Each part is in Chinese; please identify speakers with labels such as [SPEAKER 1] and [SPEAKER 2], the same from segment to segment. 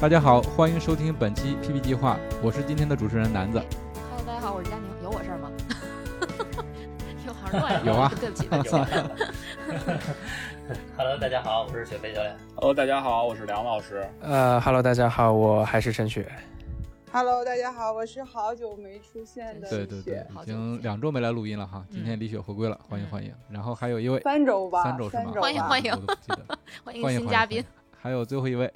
[SPEAKER 1] 大家好，欢迎收听本期 PP 计划，我是今天的主持人南子。
[SPEAKER 2] Hello，大家好，我是佳宁，有我事儿吗？ 有好 乱，
[SPEAKER 1] 有啊
[SPEAKER 2] 对不起， 对不起，
[SPEAKER 3] Hello，大家好，我是雪飞教练。
[SPEAKER 4] Hello，大家好，我是梁老师。
[SPEAKER 5] 呃哈喽，大家好，我还是陈雪。
[SPEAKER 6] Hello，大家好，我是好久没出现的
[SPEAKER 1] 对
[SPEAKER 2] 对
[SPEAKER 1] 对
[SPEAKER 6] 李
[SPEAKER 1] 对
[SPEAKER 6] 雪，
[SPEAKER 1] 已
[SPEAKER 2] 好久不
[SPEAKER 1] 经
[SPEAKER 2] 见
[SPEAKER 1] 两周没来录音了哈，今天李雪回归了，欢迎
[SPEAKER 2] 嗯
[SPEAKER 1] 欢迎。然后还有一位
[SPEAKER 6] 三周吧，
[SPEAKER 1] 三周是吗？啊
[SPEAKER 2] 欢迎
[SPEAKER 6] 吧
[SPEAKER 2] 欢迎
[SPEAKER 1] 我都不记 得
[SPEAKER 2] 欢
[SPEAKER 1] 欢
[SPEAKER 2] 迎
[SPEAKER 1] 迎
[SPEAKER 2] 新嘉宾。。
[SPEAKER 1] 还有最后一位，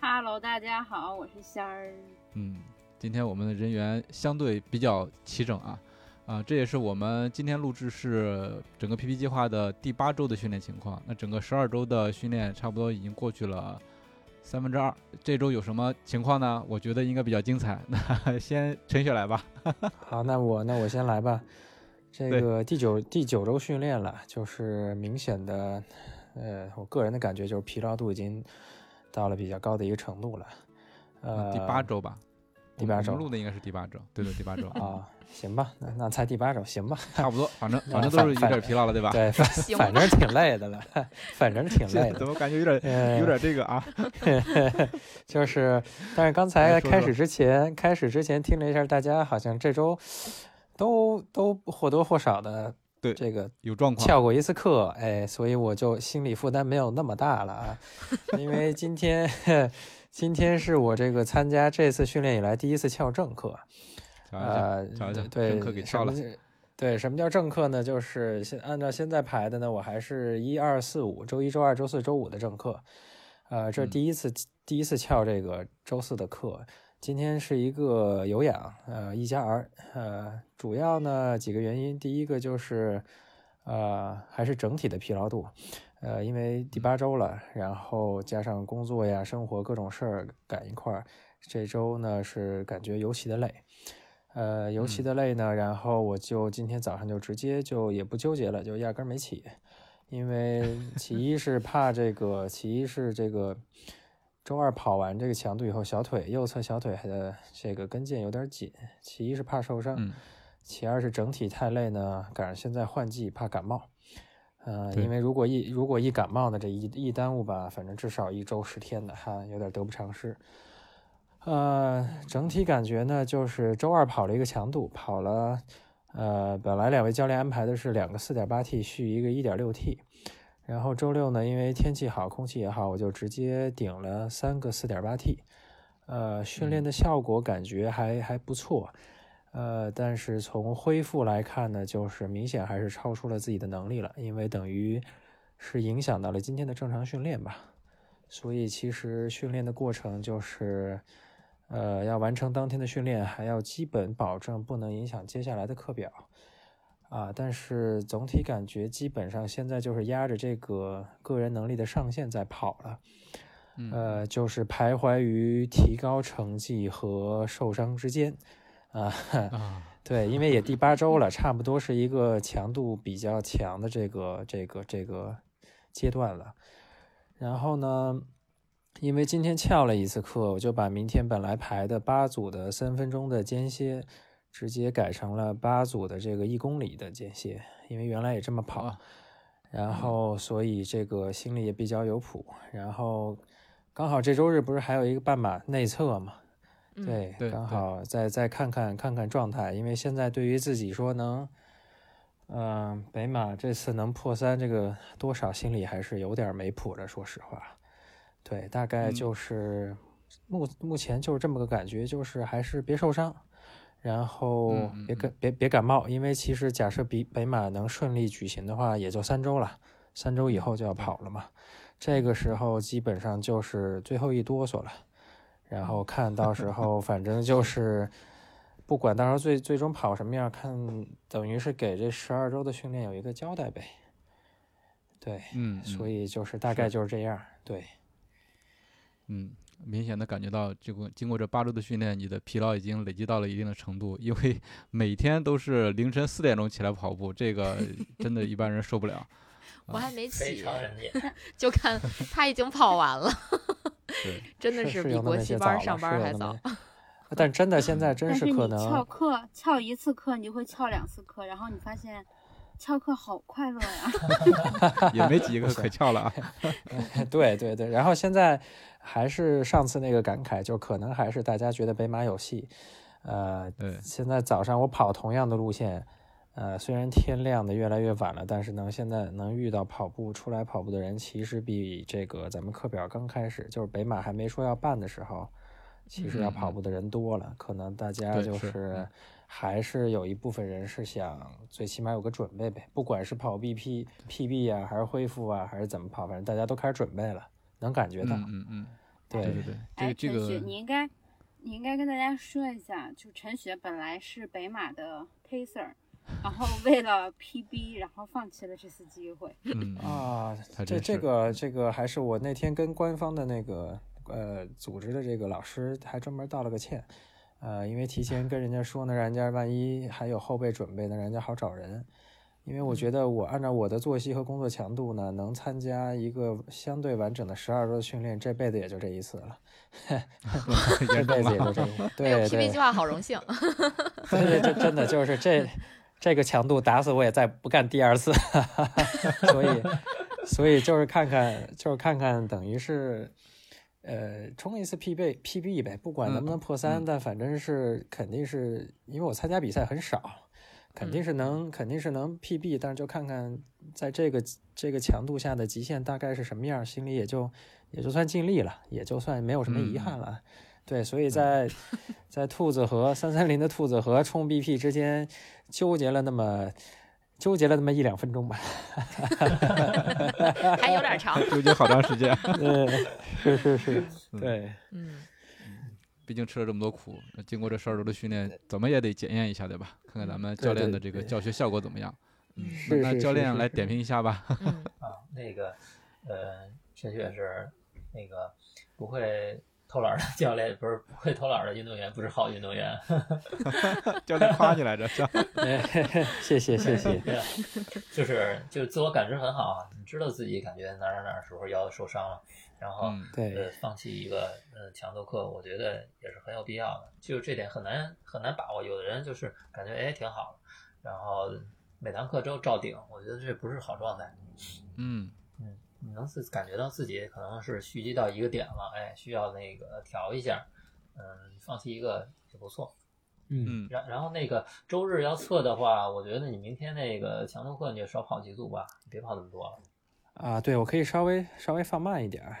[SPEAKER 7] Hello，大家好，我是仙儿。
[SPEAKER 1] 嗯，今天我们的人员相对比较齐整啊，啊、这也是我们今天录制是整个 PP 计划的第八周的训练情况。那整个十二周的训练差不多已经过去了三分之二，这周有什么情况呢？我觉得应该比较精彩。那 先陈雪来吧。
[SPEAKER 5] 好，那我那我先来吧。这
[SPEAKER 1] 对
[SPEAKER 5] 个第九第九周训练了，就是明显的，呃，我个人的感觉就是疲劳度已经到了比较高的一个程度了。呃，
[SPEAKER 1] 第八周吧，
[SPEAKER 5] 第八周
[SPEAKER 1] 我们录的应该是第八周，对对，第八周，
[SPEAKER 5] 啊，行吧，那那才第八周，行吧。
[SPEAKER 1] 差不多，反正反正都是有点疲劳了，对吧？
[SPEAKER 5] 对，反
[SPEAKER 2] 行
[SPEAKER 5] 反正挺累的了，反正挺累的
[SPEAKER 1] 怎。么感觉有点
[SPEAKER 5] 呃
[SPEAKER 1] 有点这个啊？
[SPEAKER 5] 就是，但是刚
[SPEAKER 1] 来
[SPEAKER 5] 才
[SPEAKER 1] 说
[SPEAKER 5] 开
[SPEAKER 1] 说
[SPEAKER 5] 始之前，开始之前听了一下，大家好像这周都都或多或少的
[SPEAKER 1] 对
[SPEAKER 5] 这个
[SPEAKER 1] 有状况，
[SPEAKER 5] 翘过一次课，哎，所以我就心理负担没有那么大 了啊，因为今天 今天是我这个参加这次训练以来第一次翘正课，
[SPEAKER 1] 瞧一下，
[SPEAKER 5] 呃，
[SPEAKER 1] 瞧一下
[SPEAKER 5] 对，
[SPEAKER 1] 正课给
[SPEAKER 5] 什
[SPEAKER 1] 翘
[SPEAKER 5] 么
[SPEAKER 1] 了
[SPEAKER 5] 是对，什么叫正课呢？就是现按照现在排的呢，我还是一二四五，周一周二周四周五的正课。呃，
[SPEAKER 1] 嗯
[SPEAKER 5] 这是第一次、第一次翘这个周四的课。今天是一个有氧，呃，一加 R，呃，主要呢几个原因，第一个就是，呃，还是整体的疲劳度，呃，因为第
[SPEAKER 1] 嗯
[SPEAKER 5] 八周了，然后加上工作呀、生活各种事儿赶一块儿，这周呢是感觉尤其的累，呃，尤其
[SPEAKER 1] 嗯
[SPEAKER 5] 的累呢，然后我就今天早上就直接就也不纠结了，就压根儿没起，因为其一是怕这个，其一是这个周二跑完这个强度以后，小腿右侧小腿的这个跟腱有点紧，其一是怕受伤，
[SPEAKER 1] 嗯
[SPEAKER 5] 其二是整体太累呢，赶上现在换季怕感冒。呃，
[SPEAKER 1] 对
[SPEAKER 5] 因为如果一如果一感冒呢，这一一耽误吧，反正至少一周十天的哈，有点得不偿失。呃，整体感觉呢，就是周二跑了一个强度，跑了，呃，本来两位教练安排的是两个四点八 T 续一个一点六 T，然后周六呢，因为天气好，空气也好，我就直接顶了三个四点八 T，呃，训练的效果感觉还还不错，呃，但是从恢复来看呢，就是明显还是超出了自己的能力了，因为等于是影响到了今天的正常训练吧。所以其实训练的过程就是，呃，要完成当天的训练，还要基本保证不能影响接下来的课表。啊，但是总体感觉基本上现在就是压着这个个人能力的上限在跑了，
[SPEAKER 1] 嗯，
[SPEAKER 5] 呃，就是徘徊于提高成绩和受伤之间，啊，
[SPEAKER 1] 啊，
[SPEAKER 5] 对，因为也第八周了，差不多是一个强度比较强的这个这个这个阶段了。然后呢，因为今天翘了一次课，我就把明天本来排的八组的三分钟的间歇，直接改成了八组的这个一公里的间歇，因为原来也这么跑。
[SPEAKER 1] 啊
[SPEAKER 5] 然后，所以这个心里也比较有谱。然后，刚好这周日不是还有一个半马内测嘛？
[SPEAKER 2] 嗯，
[SPEAKER 5] 对，
[SPEAKER 1] 对
[SPEAKER 5] 刚
[SPEAKER 1] 对
[SPEAKER 5] 好再再看看看看状态，因为现在对于自己说能，嗯、北马这次能破三，这个多少心里还是有点没谱的，说实话。对，大概
[SPEAKER 1] 嗯
[SPEAKER 5] 就是目、目前就是这么个感觉，就是还是别受伤，然后
[SPEAKER 1] 嗯嗯
[SPEAKER 5] 别
[SPEAKER 1] 嗯
[SPEAKER 5] 感、别别感冒，因为其实假设比北马能顺利举行的话，也就三周了，三周以后就要跑了嘛。这个时候基本上就是最后一哆嗦了，然后看到时 候反正就是，不管到时候最最终跑什么样，看等于是给这十二周的训练有一个交代呗。对，
[SPEAKER 1] 嗯，
[SPEAKER 5] 所
[SPEAKER 1] 以
[SPEAKER 5] 以就是大概就是这样。对，
[SPEAKER 1] 嗯，明显的感觉到这个经过这八周的训练，你的疲劳已经累积到了一定的程度，因为每天都是凌晨四点钟起来跑步，这 个真的一般人受不了。啊
[SPEAKER 2] 我还没
[SPEAKER 3] 非
[SPEAKER 2] 起，
[SPEAKER 3] 常人家。
[SPEAKER 2] 就看他已经跑 完了，
[SPEAKER 1] 对，
[SPEAKER 2] 真的
[SPEAKER 5] 是
[SPEAKER 2] 比
[SPEAKER 5] 有那
[SPEAKER 2] 国
[SPEAKER 5] 么
[SPEAKER 2] 际
[SPEAKER 5] 些
[SPEAKER 2] 班儿
[SPEAKER 5] 早
[SPEAKER 2] 上
[SPEAKER 5] 了
[SPEAKER 2] 班
[SPEAKER 5] 是
[SPEAKER 2] 儿
[SPEAKER 5] 有
[SPEAKER 2] 还
[SPEAKER 5] 那
[SPEAKER 2] 早
[SPEAKER 5] 么。 些但真的现在真
[SPEAKER 7] 但
[SPEAKER 5] 是
[SPEAKER 7] 你
[SPEAKER 5] 可
[SPEAKER 7] 翘
[SPEAKER 5] 能，
[SPEAKER 7] 课翘一次课，你就会翘两次课，然后你发现翘课好快 乐呀。
[SPEAKER 1] 也没几个可翘了啊。
[SPEAKER 5] 对对对。然后现在还是上次那个感慨，就可能还是大家觉得北马有戏。呃，
[SPEAKER 1] 对
[SPEAKER 5] 现在早上我跑同样的路线，呃，虽然天亮的越来越晚了，但是能现在能遇到跑步出来跑步的人，其实比这个咱们课表刚开始，就是北马还没说要办的时候，其实要
[SPEAKER 1] 嗯
[SPEAKER 5] 跑步的人多了。可能大家
[SPEAKER 1] 对
[SPEAKER 5] 就是
[SPEAKER 1] 嗯
[SPEAKER 5] 还是有一部分人是想最起码有个准备呗，不管是跑 BP、PB 啊，还是恢复啊，还是怎么跑，反正大家都开始准备了，能感觉到。
[SPEAKER 1] 嗯嗯嗯，
[SPEAKER 5] 对
[SPEAKER 1] 对对对，这
[SPEAKER 7] 哎，
[SPEAKER 1] 个这
[SPEAKER 7] 陈雪，
[SPEAKER 1] 个
[SPEAKER 7] 你应该，你应该跟大家说一下，就陈雪本来是北马的 pacer，然后为了 PB，然后放弃了这次 机会。
[SPEAKER 1] 嗯嗯
[SPEAKER 5] 啊
[SPEAKER 1] 还，真
[SPEAKER 5] 这这
[SPEAKER 1] 是
[SPEAKER 5] 个这个还是我那天跟官方的那个呃组织的这个老师还专门道了个歉，呃，因为提前跟人家说呢，让人家万一还有后备准备呢，让人家好找人。因为我
[SPEAKER 1] 嗯
[SPEAKER 5] 觉得我按照我的作息和工作强度呢，能参加一个相对完整的十二周的训练，这辈子也就这一次 了，
[SPEAKER 1] 嗯
[SPEAKER 5] 这辈子也就这一次。
[SPEAKER 2] 哎呦
[SPEAKER 5] 对
[SPEAKER 2] PB
[SPEAKER 5] 对
[SPEAKER 2] 计，划好荣 幸，
[SPEAKER 5] 对对，这真的就是这这个强度，打死我也再不干第二次。 所以，所以就是看看，就是看看，等于是，呃，冲一次 PB PB 呗，不管能不能破三，
[SPEAKER 1] 嗯
[SPEAKER 5] 但反正是肯定是因为我参加比赛很少，肯定是能肯定是能 PB，但是就看看在这个这个强度下的极限大概是什么样，心里也就也就算尽力了，也就算没有什么遗憾了。对，所以在在兔子和三三零的兔子和冲 BP 之间纠结了那么纠结了那么一两分钟吧。
[SPEAKER 2] 还有点儿 长。
[SPEAKER 1] 纠结好长时间，
[SPEAKER 5] 对， 是是是，
[SPEAKER 1] 嗯
[SPEAKER 5] 对，
[SPEAKER 2] 嗯，
[SPEAKER 1] 毕竟吃了这么多苦，那经过这十二周的训练，怎么也得检验一下，对吧？看看咱们
[SPEAKER 5] 对
[SPEAKER 1] 教练
[SPEAKER 5] 对
[SPEAKER 1] 的这个
[SPEAKER 5] 对
[SPEAKER 1] 教学效果怎么样。嗯，那
[SPEAKER 5] 是
[SPEAKER 1] 那
[SPEAKER 5] 是
[SPEAKER 1] 教
[SPEAKER 5] 是
[SPEAKER 1] 练
[SPEAKER 5] 是
[SPEAKER 1] 来
[SPEAKER 5] 是
[SPEAKER 1] 点评一下 吧。
[SPEAKER 2] 嗯，
[SPEAKER 3] 那个，呃，陈雪是那个不会偷懒儿的教练，不是不会偷懒儿的运动员，不是好运动员。
[SPEAKER 1] 教练夸你来着，是吧
[SPEAKER 5] 谢谢谢谢，
[SPEAKER 3] 对啊， 就是就是自我感知很好啊，你知道自己感觉哪儿哪儿哪儿时候腰受伤了，然后、
[SPEAKER 1] 嗯
[SPEAKER 5] 对
[SPEAKER 3] 呃放弃一个呃强度课，我觉得也是很有必要的。就是这点很难很难把握，有的人就是感觉哎挺好，然后每堂课都照顶，我觉得这不是好状态。
[SPEAKER 1] 嗯
[SPEAKER 3] 你能自感觉到自己可能是蓄积到一个点了，哎，需要那个调一下，嗯，放弃一个也不错。
[SPEAKER 5] 嗯，
[SPEAKER 1] 嗯
[SPEAKER 3] 然然后那个周日要测的话，我觉得你明天那个强度课你就少跑几组吧，你别跑那么多了。
[SPEAKER 5] 啊，对我可以稍微稍微放慢一点儿，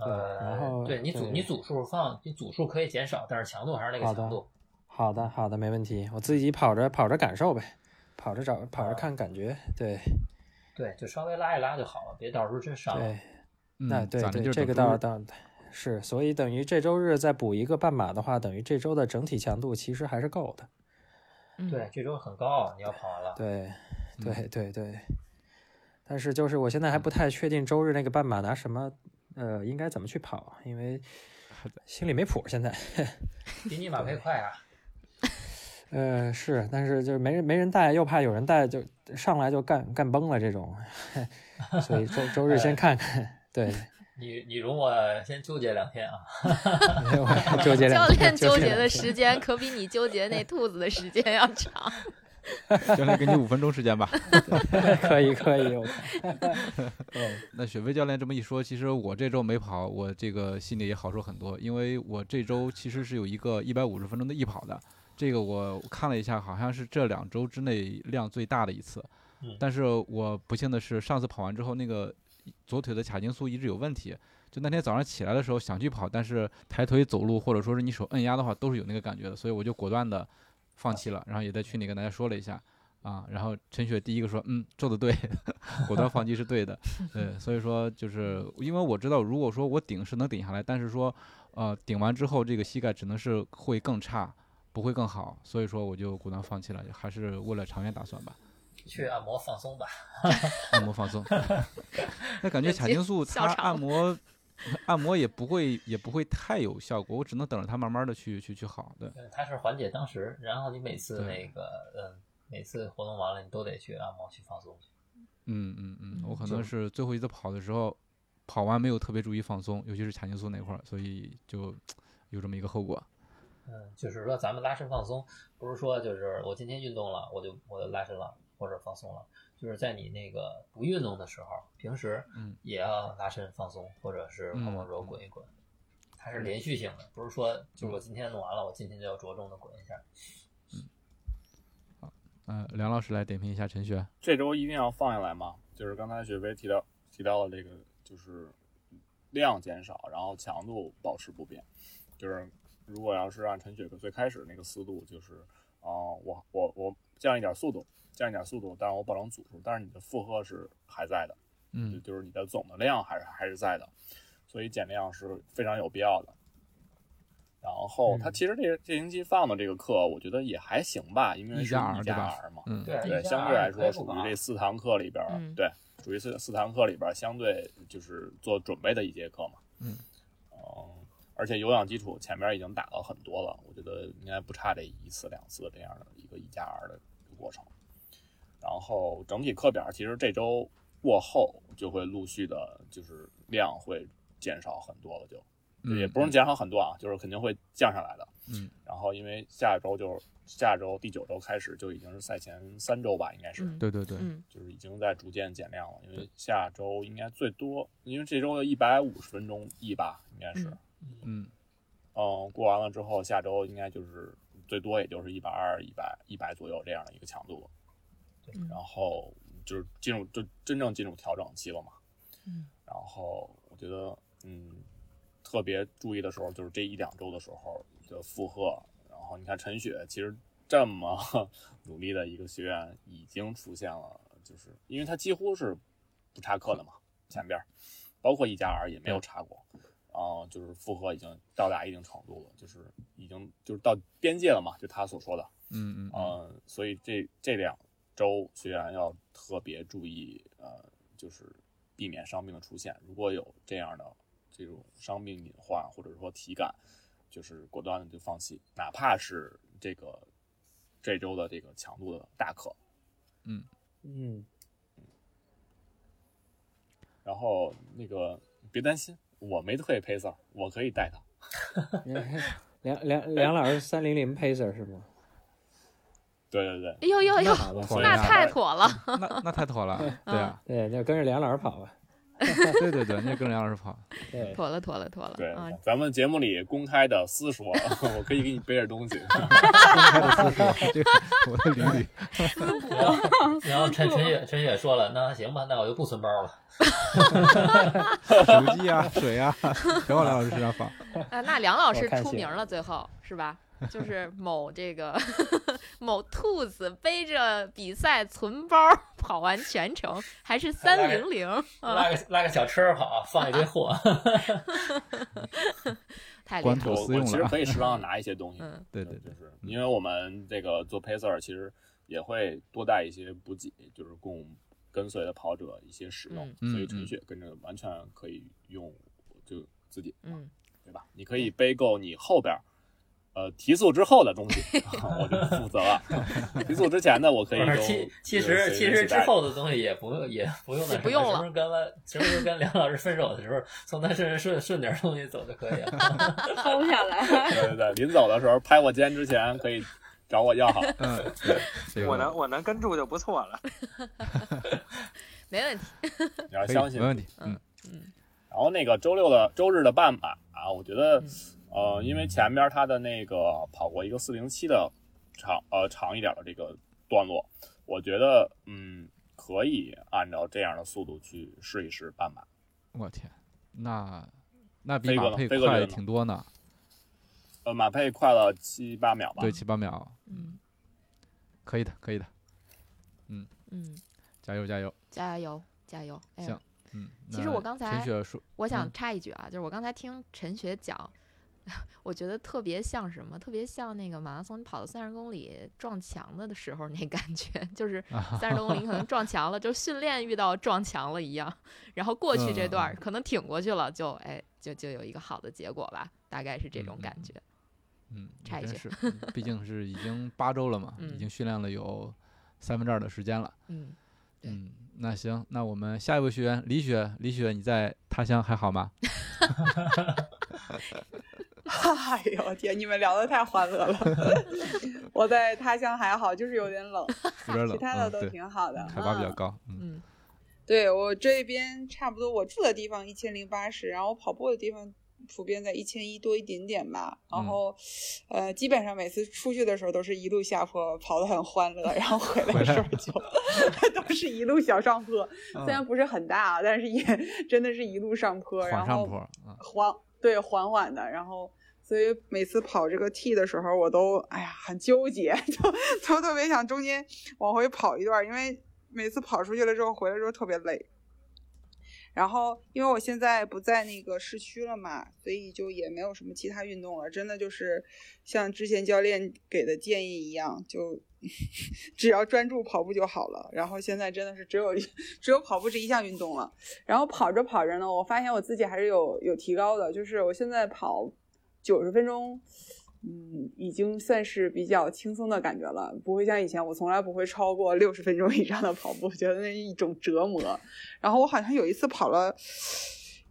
[SPEAKER 3] 呃，
[SPEAKER 5] 然后
[SPEAKER 3] 对你组
[SPEAKER 5] 对
[SPEAKER 3] 你组数放，你组数可以减少，但是强度还是那个
[SPEAKER 5] 好的
[SPEAKER 3] 强度。
[SPEAKER 5] 好的好的，没问题，我自己跑着跑着感受呗，跑着找跑着看感觉，对
[SPEAKER 3] 对，就稍微拉一拉就好了，别到时候真伤了
[SPEAKER 5] 对。，那
[SPEAKER 1] 嗯
[SPEAKER 5] 对
[SPEAKER 1] 攒着劲
[SPEAKER 5] 对，
[SPEAKER 1] 儿等
[SPEAKER 5] 这个
[SPEAKER 1] 周
[SPEAKER 5] 倒
[SPEAKER 1] 日
[SPEAKER 5] 倒是，所以等于这周日再补一个半马的话，等于这周的整体强度其实还是够的，
[SPEAKER 2] 嗯
[SPEAKER 3] 对，这周很高，啊你要跑完了。
[SPEAKER 5] 对
[SPEAKER 1] 嗯
[SPEAKER 5] 对对对，但是就是我现在还不太确定周日那个半马拿什么，呃，应该怎么去跑，因 为心里没谱现在。
[SPEAKER 3] 比你马配快啊！
[SPEAKER 5] 呃，是，但是就是没人没人带，又怕有人带，就上来就干干崩了这种， 所以周周日先看看， 对，
[SPEAKER 3] 你你容我先纠结两天啊。
[SPEAKER 5] 我纠结
[SPEAKER 2] 教
[SPEAKER 5] 两
[SPEAKER 2] 练
[SPEAKER 5] 天，
[SPEAKER 2] 纠结
[SPEAKER 5] 两
[SPEAKER 2] 的
[SPEAKER 5] 天
[SPEAKER 2] 时间可比你纠结那兔子的时间要长。
[SPEAKER 1] 嗯教练给你五分钟时间吧。
[SPEAKER 5] 可以可以， 我 对，
[SPEAKER 1] 哦那雪飞教练这么一说，其实我这周没跑，我这个心里也好受很多，因为我这周其实是有一个一百五十分钟的艺跑的，这个我看了一下，好像是这两周之内量最大的一次
[SPEAKER 3] 嗯。
[SPEAKER 1] 但是我不幸的是，上次跑完之后，那个左腿的髂胫束一直有问题。就那天早上起来的时候想去跑，但是抬腿走路或者说是你手摁压的话，都是有那个感觉的，所以我就果断的放弃了。然后也在群里跟大家说了一下啊，然后陈雪第一个说，嗯，做的对， 果断放弃是对的。对，所以说就是因为我知道，如果说我顶是能顶下来，但是说，呃，顶完之后这个膝盖只能是会更差，不会更好，所以说我就果断放弃了，还是为了长远打算吧。
[SPEAKER 3] 去按摩放松吧。
[SPEAKER 1] 按摩放松。 那感觉
[SPEAKER 2] 人
[SPEAKER 1] 卡
[SPEAKER 2] 均
[SPEAKER 1] 丁素
[SPEAKER 2] 笑
[SPEAKER 1] 它
[SPEAKER 2] 场
[SPEAKER 1] 按摩按摩也不会也不会太有效果，我只能等着它慢慢的去去去好。对，
[SPEAKER 3] 嗯，它是缓解当时，然后你每次
[SPEAKER 1] 对
[SPEAKER 3] 那个，嗯，每次活动完了，你都得去按摩去放松。
[SPEAKER 1] 嗯嗯嗯，我可
[SPEAKER 5] 就
[SPEAKER 1] 能是最后一次跑的时候，跑完没有特别注意放松，尤其是卡丁素那块儿，所以就有这么一个后果。
[SPEAKER 3] 嗯，就是说咱们拉伸放松，不是说就是我今天运动了，我就我就拉伸了或者放松了，就是在你那个不运动的时候，平时
[SPEAKER 1] 嗯
[SPEAKER 3] 也要拉伸放松，或者是泡泡
[SPEAKER 1] 嗯
[SPEAKER 3] 揉滚一滚，它是连续性的，不是说就是我今天弄完了，我今天就要着重的滚一下。
[SPEAKER 1] 呃，梁老师来点评一下陈雪。
[SPEAKER 4] 这周一定要放下来嘛，就是刚才雪飞提到提到的这个，就是量减少，然后强度保持不变。就是如果要是按陈雪最开始那个思路，就是啊、呃我我我降一点速度，降一点速度，但是我保证组数，但是你的负荷是还在的，就
[SPEAKER 1] 嗯
[SPEAKER 4] 就是你的总的量还是还是在的，所以减量是非常有必要的。然后
[SPEAKER 1] 嗯
[SPEAKER 4] 他其实这这星期放的这个课，我觉得也还行吧，因为
[SPEAKER 1] 一
[SPEAKER 4] 是
[SPEAKER 1] 加二
[SPEAKER 4] 一
[SPEAKER 1] 对
[SPEAKER 4] 加
[SPEAKER 1] 吧
[SPEAKER 4] 二嘛，
[SPEAKER 1] 嗯，
[SPEAKER 3] 对
[SPEAKER 4] 对，
[SPEAKER 3] 一加
[SPEAKER 4] 相对
[SPEAKER 3] 二
[SPEAKER 4] 来
[SPEAKER 3] 可
[SPEAKER 4] 说
[SPEAKER 3] 以
[SPEAKER 4] 属
[SPEAKER 3] 不
[SPEAKER 4] 于
[SPEAKER 3] 搞
[SPEAKER 4] 这四堂课里边儿，
[SPEAKER 2] 嗯
[SPEAKER 4] 对，属于四四堂课里边儿相对就是做准备的一节课嘛。
[SPEAKER 1] 嗯，
[SPEAKER 4] 哦、而且有氧基础前面已经打了很多了，我觉得应该不差这一次两次这样的一个一加二的过程。然后整体课表其实这周过后就会陆续的，就是量会减少很多了就，就
[SPEAKER 1] 嗯
[SPEAKER 4] 也不用减少很多啊，就是肯定会降下来的。
[SPEAKER 1] 嗯，
[SPEAKER 4] 然后因为下周就下周第九周开始就已经是赛前三周吧，应该是，
[SPEAKER 2] 嗯
[SPEAKER 1] 对对对，
[SPEAKER 2] 嗯，
[SPEAKER 4] 就是已经在逐渐减量了。因为下周应该最多，因为这周的一百五十分钟一吧，应该是，
[SPEAKER 1] 嗯
[SPEAKER 4] 嗯，过完了之后，下周应该就是最多也就是一百二、一百一百左右这样的一个强度，对
[SPEAKER 2] 嗯
[SPEAKER 4] 然后就是进入就真正进入调整期了嘛。
[SPEAKER 2] 嗯，
[SPEAKER 4] 然后我觉得嗯，特别注意的时候就是这一两周的时候的负荷，然后你看陈雪其实这么努力的一个学员，已经出现了，就是因为她几乎是不插课的嘛，前边儿包括一加二也没有插过。啊、就是负荷已经到达一定程度了，就是已经就是到边界了嘛，就他所说的，
[SPEAKER 1] 嗯嗯嗯，
[SPEAKER 4] 呃，所以这这两周学员要特别注意，呃，就是避免伤病的出现。如果有这样的这种伤病隐患或者说体感，就是果断的就放弃，哪怕是这个这周的这个强度的大课，
[SPEAKER 5] 嗯，
[SPEAKER 4] 然后那个别担心，我没退 pacer，我可以带他。
[SPEAKER 5] 梁梁梁老师三零零 pacer 是吗？
[SPEAKER 4] 对对对，
[SPEAKER 2] 哎呦呦呦，
[SPEAKER 5] 好吧，
[SPEAKER 1] 妥
[SPEAKER 2] 那
[SPEAKER 1] 了
[SPEAKER 2] 太妥了，
[SPEAKER 1] 那那太 妥了，对啊，
[SPEAKER 5] 对，就跟着梁老师跑吧。
[SPEAKER 1] 对对对，那跟梁老师跑，
[SPEAKER 5] 对，
[SPEAKER 2] 妥了，妥了，妥了，
[SPEAKER 4] 对
[SPEAKER 2] 啊，，
[SPEAKER 4] 咱们节目里公开的私说， 我可以给你背 着东西。
[SPEAKER 1] 这个我的驴驴，
[SPEAKER 3] 然后然后陈陈雪陈雪说了，那行吧，那我就不存包了。
[SPEAKER 1] 手机啊、水啊， 全往梁老师身上 放。
[SPEAKER 2] 啊，那梁老师
[SPEAKER 5] 我看
[SPEAKER 2] 出
[SPEAKER 5] 戏
[SPEAKER 2] 名了，最后是吧？就是某这个某兔子背着比赛存包跑完全程，还是
[SPEAKER 3] 还拉
[SPEAKER 2] 三
[SPEAKER 3] 着
[SPEAKER 2] 零零啊，
[SPEAKER 3] 拉个拉个小车跑，放一堆货。
[SPEAKER 2] 太厉
[SPEAKER 1] 关
[SPEAKER 2] 害
[SPEAKER 1] 口
[SPEAKER 4] 我
[SPEAKER 2] 了！
[SPEAKER 1] 私
[SPEAKER 4] 我
[SPEAKER 1] 用
[SPEAKER 4] 其
[SPEAKER 1] 了
[SPEAKER 4] 实
[SPEAKER 1] 啊
[SPEAKER 4] 可以适当地拿一些东西。
[SPEAKER 2] 嗯
[SPEAKER 1] 对对
[SPEAKER 4] 就
[SPEAKER 1] 对，
[SPEAKER 4] 是因为我们这个做 pacer 其实也会多带一些补给，就是供跟随的跑者一些使用，
[SPEAKER 1] 嗯
[SPEAKER 4] 所以
[SPEAKER 1] 嗯
[SPEAKER 4] 陈雪跟着完全可以用就自己，
[SPEAKER 2] 嗯，
[SPEAKER 4] 对吧？你可以背够你后边儿。呃，提速之后的东西， 我就负责了。提速之前的我可以
[SPEAKER 3] 不
[SPEAKER 4] 都
[SPEAKER 3] 是其其
[SPEAKER 4] 就是
[SPEAKER 3] 实
[SPEAKER 4] 随
[SPEAKER 3] 其
[SPEAKER 4] 身
[SPEAKER 3] 实之
[SPEAKER 4] 携带的
[SPEAKER 3] 后的东西也不用也不用那
[SPEAKER 2] 也
[SPEAKER 3] 什
[SPEAKER 2] 不
[SPEAKER 3] 么
[SPEAKER 2] 用了
[SPEAKER 3] 什么时候跟完什么时候跟梁老师分手的时候，从他身上顺顺点东西走就可以了。
[SPEAKER 7] 偷下来。
[SPEAKER 4] 对对对，临走的时候拍我肩之前可以找 我要好。
[SPEAKER 1] 嗯，对，这 个
[SPEAKER 8] 我能我能跟住就不错了。
[SPEAKER 2] 没问题。
[SPEAKER 4] 你要
[SPEAKER 1] 可以
[SPEAKER 4] 相信
[SPEAKER 1] 没，问题，嗯
[SPEAKER 2] 嗯嗯
[SPEAKER 4] 然后那个周六的周日的半马啊，我觉得
[SPEAKER 2] 嗯，
[SPEAKER 4] 呃，因为前边他的那个跑过一个四零七的长呃长一点的这个段落，我觉得嗯可以按照这样的速度去试一试半马。
[SPEAKER 1] 我天，那那比
[SPEAKER 4] 飞哥
[SPEAKER 1] 马
[SPEAKER 4] 呢
[SPEAKER 1] 配
[SPEAKER 4] 飞哥觉
[SPEAKER 1] 快
[SPEAKER 4] 得呢
[SPEAKER 1] 挺多呢，
[SPEAKER 4] 呃，马配快了七八秒吧
[SPEAKER 1] 对，，七八秒，
[SPEAKER 2] 嗯
[SPEAKER 1] 可以的，可以的，
[SPEAKER 2] 嗯，
[SPEAKER 1] 加油加油，
[SPEAKER 2] 加油加油！哎呦
[SPEAKER 1] 行，嗯。
[SPEAKER 2] 其实
[SPEAKER 1] 那
[SPEAKER 2] 我刚才
[SPEAKER 1] 陈雪说，
[SPEAKER 2] 我想
[SPEAKER 1] 嗯
[SPEAKER 2] 插一句啊，就是我刚才听陈雪讲， 我觉得特别像什么，特别像那个马拉松，你跑到三十公里撞墙了的时候那感觉， 就是
[SPEAKER 1] 啊
[SPEAKER 2] 三十公里 可能撞墙了，就训练遇到撞墙了一样，然后过去这
[SPEAKER 1] 嗯
[SPEAKER 2] 段儿可能挺过去了，就哎就就有一个好的结果吧，大概是这种感觉。
[SPEAKER 1] 嗯，也
[SPEAKER 2] 插一
[SPEAKER 1] 真
[SPEAKER 2] 句
[SPEAKER 1] 是，毕竟是已经八周了嘛，已
[SPEAKER 2] 嗯
[SPEAKER 1] 经训练了有三分之二的时间了。
[SPEAKER 2] 嗯，对
[SPEAKER 1] 嗯，那行，那我们下一位学员李雪，李雪你在他乡还好吗？
[SPEAKER 6] 哎呦我天，你们聊的太欢乐了。我在他乡还好，就是有点冷，
[SPEAKER 1] 有点冷
[SPEAKER 6] 其，他的
[SPEAKER 1] 嗯，
[SPEAKER 6] 都
[SPEAKER 1] 对，
[SPEAKER 6] 挺好的。
[SPEAKER 1] 海拔比较
[SPEAKER 6] 嗯
[SPEAKER 1] 高，嗯
[SPEAKER 2] 嗯
[SPEAKER 6] 对我这边差不多，我住的地方一千零八十，然后我跑步的地方普遍在一千一多一点点吧。然后，
[SPEAKER 1] 嗯
[SPEAKER 6] 呃，基本上每次出去的时候都是一路下坡，跑得很欢乐，然后回来的时候就 都是一路小上坡，虽
[SPEAKER 1] 嗯
[SPEAKER 6] 然不是很大，啊，但是也 真的是一路上坡，然
[SPEAKER 1] 缓上
[SPEAKER 6] 后
[SPEAKER 1] 坡，嗯，
[SPEAKER 6] 缓对缓缓的，然后所以每次跑这个 T 的时候，我都哎呀很纠结， 就就特别想中间往回跑一段，因为每次跑出去了之后回来之后特别累。然后因为我现在不在那个市区了嘛，所以就也没有什么其他运动了，真的就是像之前教练给的建议一样，就 只要专注跑步就好了。然后现在真的是只有 只有跑步这一项运动了。然后跑着跑着呢，我发现我自己还是有有提高的，就是我现在跑九十分钟，嗯，已经算是比较轻松的感觉了，不会像以前我从来不会超过六十分钟以上的跑步，觉得那是一种折磨。然后我好像有一次跑了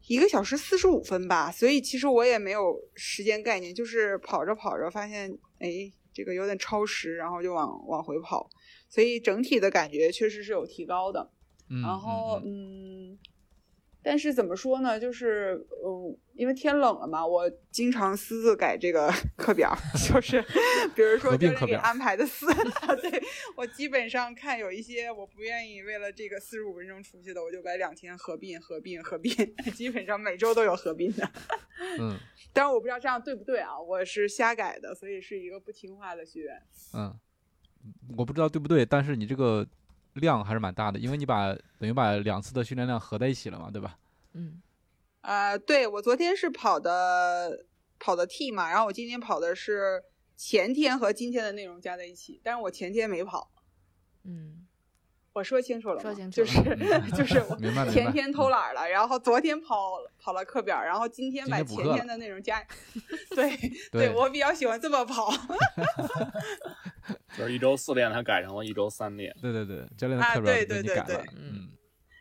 [SPEAKER 6] 一个小时四十五分吧，所以其实我也没有时间概念，就是跑着跑着发现，哎，这个有点超时，然后就往往回跑，所以整体的感觉确实是有提高的。
[SPEAKER 1] 嗯
[SPEAKER 6] 然后
[SPEAKER 1] 嗯
[SPEAKER 6] 嗯，但是怎么说呢，就是嗯，因为天冷了嘛，我经常私自改这个课表， 就是比如
[SPEAKER 1] 合
[SPEAKER 6] 说教
[SPEAKER 1] 并
[SPEAKER 6] 练
[SPEAKER 1] 课
[SPEAKER 6] 给
[SPEAKER 1] 表
[SPEAKER 6] 安排的四， 对我基本上看有一些我不愿意为了这个四十五分钟出去的，我就改两天合并合并 合并，基本上每周都有合并的。
[SPEAKER 1] 嗯
[SPEAKER 6] 但是我不知道这样对不对啊，我是瞎改的，所以是一个不听话的学员。
[SPEAKER 1] 嗯，我不知道对不对，但是你这个量还是蛮大的，因为你把等于把两次的训练量合在一起了嘛，对吧？
[SPEAKER 2] 嗯
[SPEAKER 6] 呃，对我昨天是跑的跑的 T 嘛，然后我今天跑的是前天和今天的内容加在一起，但是我前天没跑，
[SPEAKER 2] 嗯
[SPEAKER 6] 我说清楚了吗，
[SPEAKER 2] 说清
[SPEAKER 6] 就
[SPEAKER 2] 楚
[SPEAKER 6] 是
[SPEAKER 2] 了
[SPEAKER 6] 就是我
[SPEAKER 1] 嗯 明白明白
[SPEAKER 6] 前天偷懒了，然后昨天跑跑了课表，然后今天
[SPEAKER 1] 今
[SPEAKER 6] 把
[SPEAKER 1] 天补
[SPEAKER 6] 前
[SPEAKER 1] 课
[SPEAKER 6] 天
[SPEAKER 1] 了
[SPEAKER 6] 的内容 加， 对
[SPEAKER 1] 对
[SPEAKER 6] 我比较喜欢这么跑
[SPEAKER 4] 就是一周四练，他改成了一周三练。
[SPEAKER 1] 对对对，教练的
[SPEAKER 6] 啊
[SPEAKER 1] 课表
[SPEAKER 6] 对
[SPEAKER 1] 被
[SPEAKER 6] 对
[SPEAKER 1] 你
[SPEAKER 6] 对
[SPEAKER 1] 改
[SPEAKER 6] 对
[SPEAKER 1] 了，
[SPEAKER 2] 嗯
[SPEAKER 1] 嗯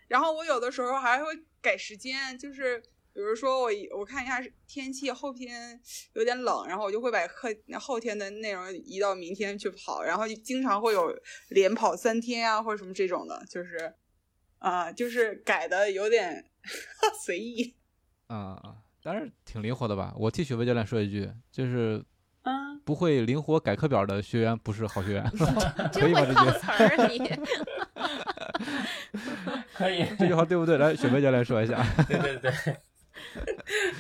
[SPEAKER 6] 然后我有的时候还会改时间，就是比如说我我看一下天气，后天有点冷，然后我就会把课后天的内容移到明天去跑，然后就经常会有连跑三天啊，或者什么这种的，就是啊、就是改的有点 随意。
[SPEAKER 1] 啊啊，当然挺灵活的吧？我替雪薇教练说一句，就是
[SPEAKER 6] 嗯，
[SPEAKER 1] 不会灵活改课表的学员不是好 学员，可
[SPEAKER 2] 嗯真
[SPEAKER 1] 以吧？
[SPEAKER 2] 会
[SPEAKER 1] 这
[SPEAKER 2] 套
[SPEAKER 1] 句
[SPEAKER 2] 词儿啊你。
[SPEAKER 3] 可以，
[SPEAKER 1] 这句话对不对？来，雪薇教练说一下，
[SPEAKER 3] 对对对，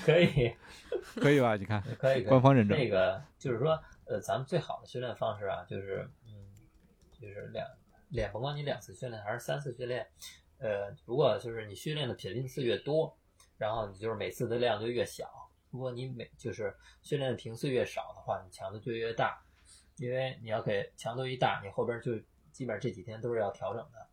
[SPEAKER 3] 可以，
[SPEAKER 1] 可以吧？你看，
[SPEAKER 3] 可以，可以
[SPEAKER 1] 官方认证
[SPEAKER 3] 这个就是说，呃，咱们最好的训练方式啊，就是嗯，就是两练，甭管你两次训练还是三次训练，呃，如果就是你训练的频次越多，然后你就是每次的量就越小。如果你每就是训练的频次越少的话，你强度就越大，因为你要给强度一大，你后边就基本上这几天都是要调整的，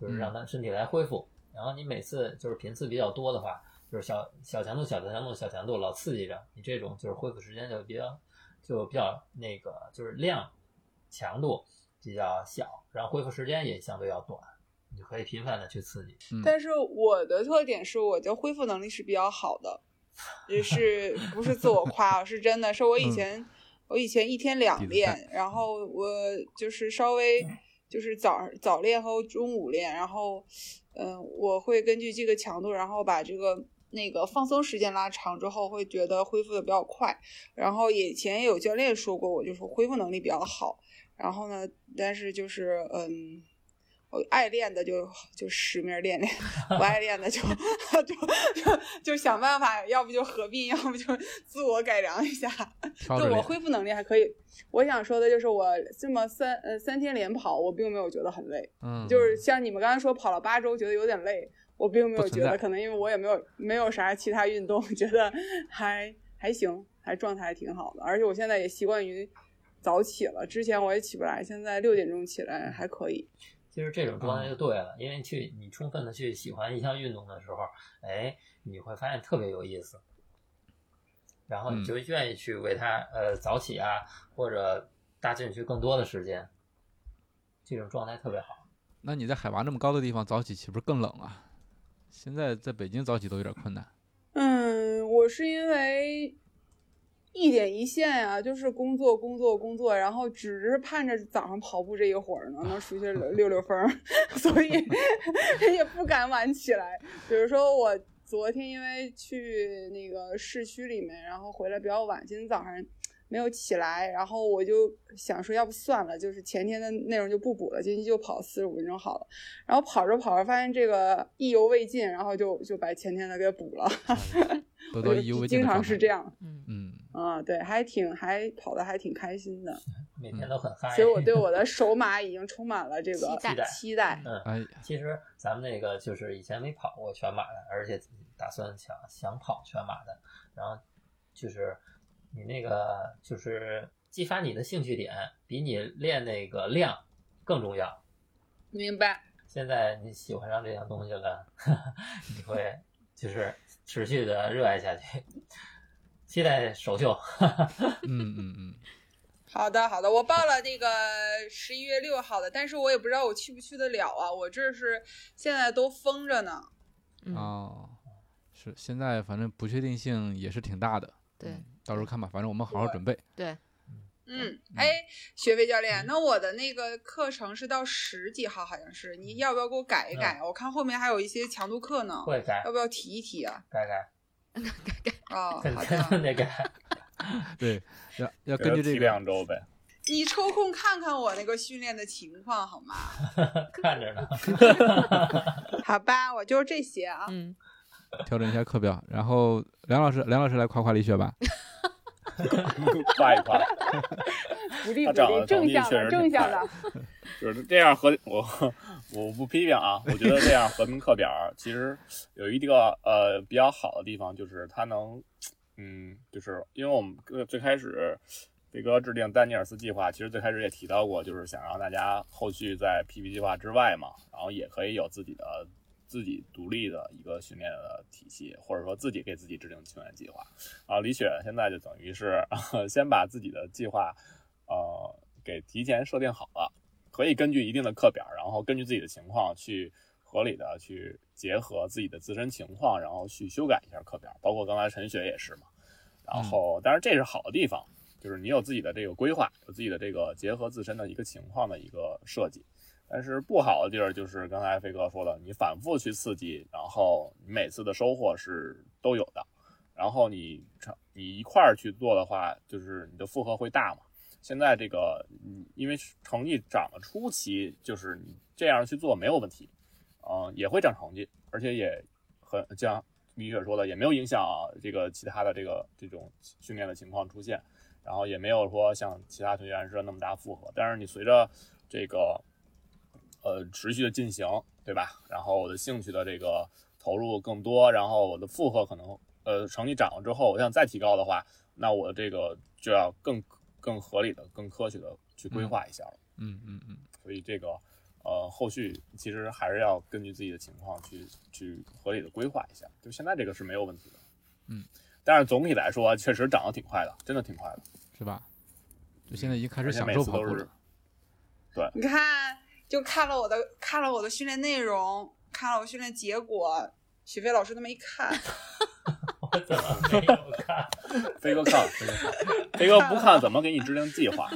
[SPEAKER 3] 就是让它身体来恢复。然后你每次就是频次比较多的话，就是小小强度、小强度、小强度，老刺激着你，这种就是恢复时间就比较就比较那个，就是量强度比较小，然后恢复时间也相对要短，你就可以频繁的去刺激。
[SPEAKER 1] 嗯
[SPEAKER 6] 但是我的特点是我的恢复能力是比较好的，也是不是自我夸，是真的，是我以前、我以前一天两
[SPEAKER 1] 底
[SPEAKER 6] 练，然后我就是稍微就是早早练和中午练，然后嗯、我会根据这个强度，然后把这个。那个放松时间拉长之后，会觉得恢复的比较快。然后以前也有教练说过，我就是恢复能力比较好。然后呢，但是就是嗯，我爱练的就就使命练练，不爱练的就就就就想办法，要不就合并，要不就自我改良一下。
[SPEAKER 1] 挑着
[SPEAKER 6] 对我
[SPEAKER 1] 练，
[SPEAKER 6] 恢复能力还可以。我想说的就是，我这么三呃三天连跑，我并没有觉得很累。
[SPEAKER 1] 嗯，
[SPEAKER 6] 就是像你们刚才说跑了八周觉得有点累，我并没
[SPEAKER 1] 不
[SPEAKER 6] 有
[SPEAKER 1] 存
[SPEAKER 6] 觉得，
[SPEAKER 1] 在
[SPEAKER 6] 可能因为我也没有没有啥其他运动，觉得还还行。还状态还挺好的。而且我现在也习惯于早起了，之前我也起不来，现在六点钟起来还可以。
[SPEAKER 3] 其实这种状态就对了，因为去你充分的去喜欢一项运动的时候，哎，你会发现特别有意思，然后你就愿意去为它呃早起啊，或者搭进去更多的时间，这种状态特别好。
[SPEAKER 1] 那你在海拔那么高的地方早起，岂不是更冷啊？现在在北京早起都有点困难。
[SPEAKER 6] 嗯，我是因为一点一线啊，就是工作工作工作，然后只是盼着早上跑步这一会儿呢，能出去溜溜溜风儿， 所以也不敢晚起来。比如说我昨天因为去那个市区里面，然后回来比较晚，今天早上没有起来，然后我就想说，要不算了，就是前天的内容就不补了，今天就跑四十五分钟好了。然后跑着跑着发现这个意犹未尽，然后就就把前天的给补了。
[SPEAKER 1] 多多意犹未尽
[SPEAKER 6] 经
[SPEAKER 1] 的
[SPEAKER 6] 常
[SPEAKER 1] 状
[SPEAKER 6] 是
[SPEAKER 1] 态
[SPEAKER 6] 这。样，
[SPEAKER 2] 嗯，
[SPEAKER 1] 嗯，
[SPEAKER 6] 嗯，对，还挺还跑的还挺开心的，
[SPEAKER 3] 每天都很嗨。
[SPEAKER 6] 所以我对我的手马已经充满了这个
[SPEAKER 2] 期
[SPEAKER 3] 待
[SPEAKER 6] 期待。
[SPEAKER 3] 嗯，
[SPEAKER 1] 哎，
[SPEAKER 3] 其实咱们那个就是以前没跑过全马的，而且打算想想跑全马的，然后就是你那个就是激发你的兴趣点，比你练那个量更重要。
[SPEAKER 6] 明白，
[SPEAKER 3] 现在你喜欢上这项东西了，你会就是持续的热爱下去。期待首秀，
[SPEAKER 1] 嗯嗯嗯，
[SPEAKER 6] 好的好的，我报了那个十一月六号的，但是我也不知道我去不去得了啊，我这是现在都封着呢。
[SPEAKER 2] 嗯
[SPEAKER 1] 哦，是现在反正不确定性也是挺大的。
[SPEAKER 2] 对
[SPEAKER 1] 嗯，到时候看吧，反正我们好好准备。
[SPEAKER 2] 对，
[SPEAKER 6] 嗯，哎，学飞教
[SPEAKER 3] 嗯
[SPEAKER 6] 练，那我的那个课程是到十几号，好像是，你要不要给我改一改？我看后面还有一些强度课呢，
[SPEAKER 3] 嗯会改
[SPEAKER 6] 要不要提一提啊？
[SPEAKER 3] 改改，
[SPEAKER 6] 哦，
[SPEAKER 3] 肯
[SPEAKER 6] 好的。
[SPEAKER 3] 定得改。
[SPEAKER 1] 对，要要
[SPEAKER 4] 给
[SPEAKER 1] 根
[SPEAKER 4] 他
[SPEAKER 1] 据
[SPEAKER 4] 提
[SPEAKER 1] 这个，
[SPEAKER 4] 两周呗。
[SPEAKER 6] 你抽空看看我那个训练的情况好吗？
[SPEAKER 3] 看着呢，
[SPEAKER 6] 好吧，我就这些啊。
[SPEAKER 2] 嗯，
[SPEAKER 1] 调整一下课表。然后梁老师，梁老师来夸夸李雪 吧。
[SPEAKER 4] 夸一夸，
[SPEAKER 7] 鼓励
[SPEAKER 4] 他
[SPEAKER 7] 鼓
[SPEAKER 4] 长得
[SPEAKER 7] 励，
[SPEAKER 4] 长得
[SPEAKER 7] 正向
[SPEAKER 4] 确
[SPEAKER 7] 的
[SPEAKER 4] 实
[SPEAKER 7] 正
[SPEAKER 4] 挺
[SPEAKER 7] 向
[SPEAKER 4] 快
[SPEAKER 7] 的
[SPEAKER 4] 的。，就是这样和我我不批评啊，我觉得这样和平课表儿其实有一个呃比较好的地方，就是它能，嗯，就是因为我们呃最开始飞哥制定丹尼尔斯计划，其实最开始也提到过，就是想让大家后续在 PP 计划之外嘛，然后也可以有自己的自己独立的一个训练的体系，或者说自己给自己制定训练计划。啊，李雪现在就等于是、 先把自己的计划，呃，给提前设定好了，可以根据一定的课表，然后根据自己的情况去合理的去结合自己的自身情况，然后去修改一下课表，包括刚才陈雪也是嘛。然后，当然这是好的地方，就是你有自己的这个规划，有自己的这个结合自身的一个情况的一个设计。但是不好的地儿就是刚才飞哥说的，你反复去刺激，然后你每次的收获是都有的。然后你成你一块儿去做的话，就是你的负荷会大嘛。现在这个，嗯因为成绩涨的初期，就是你这样去做没有问题，嗯、也会涨成绩，而且也很就像李雪说的，也没有影响、这个其他的这个这种训练的情况出现，然后也没有说像其他学员似的那么大负荷。但是你随着这个呃持续的进行，对吧？然后我的兴趣的这个投入更多，然后我的负荷可能呃成绩涨了之后，我想再提高的话，那我这个就要更更合理的、更科学的去规划一下了。
[SPEAKER 1] 嗯嗯嗯，
[SPEAKER 4] 所以这个呃后续其实还是要根据自己的情况去去合理的规划一下。就现在这个是没有问题的。
[SPEAKER 1] 嗯，
[SPEAKER 4] 但是总体来说，啊确实涨得挺快的，真的挺快的。
[SPEAKER 1] 是吧？就现在已经开始
[SPEAKER 4] 而且
[SPEAKER 1] 享
[SPEAKER 4] 每
[SPEAKER 1] 受
[SPEAKER 4] 次
[SPEAKER 1] 跑
[SPEAKER 4] 都
[SPEAKER 1] 步
[SPEAKER 4] 是
[SPEAKER 1] 了。
[SPEAKER 6] 你看，就看了我的看了我的训练内容，看了我训练结果，许飞老师都没看。
[SPEAKER 3] 我怎么没有看？
[SPEAKER 4] 飞哥看，飞哥看，飞哥不看怎么给你制定计划？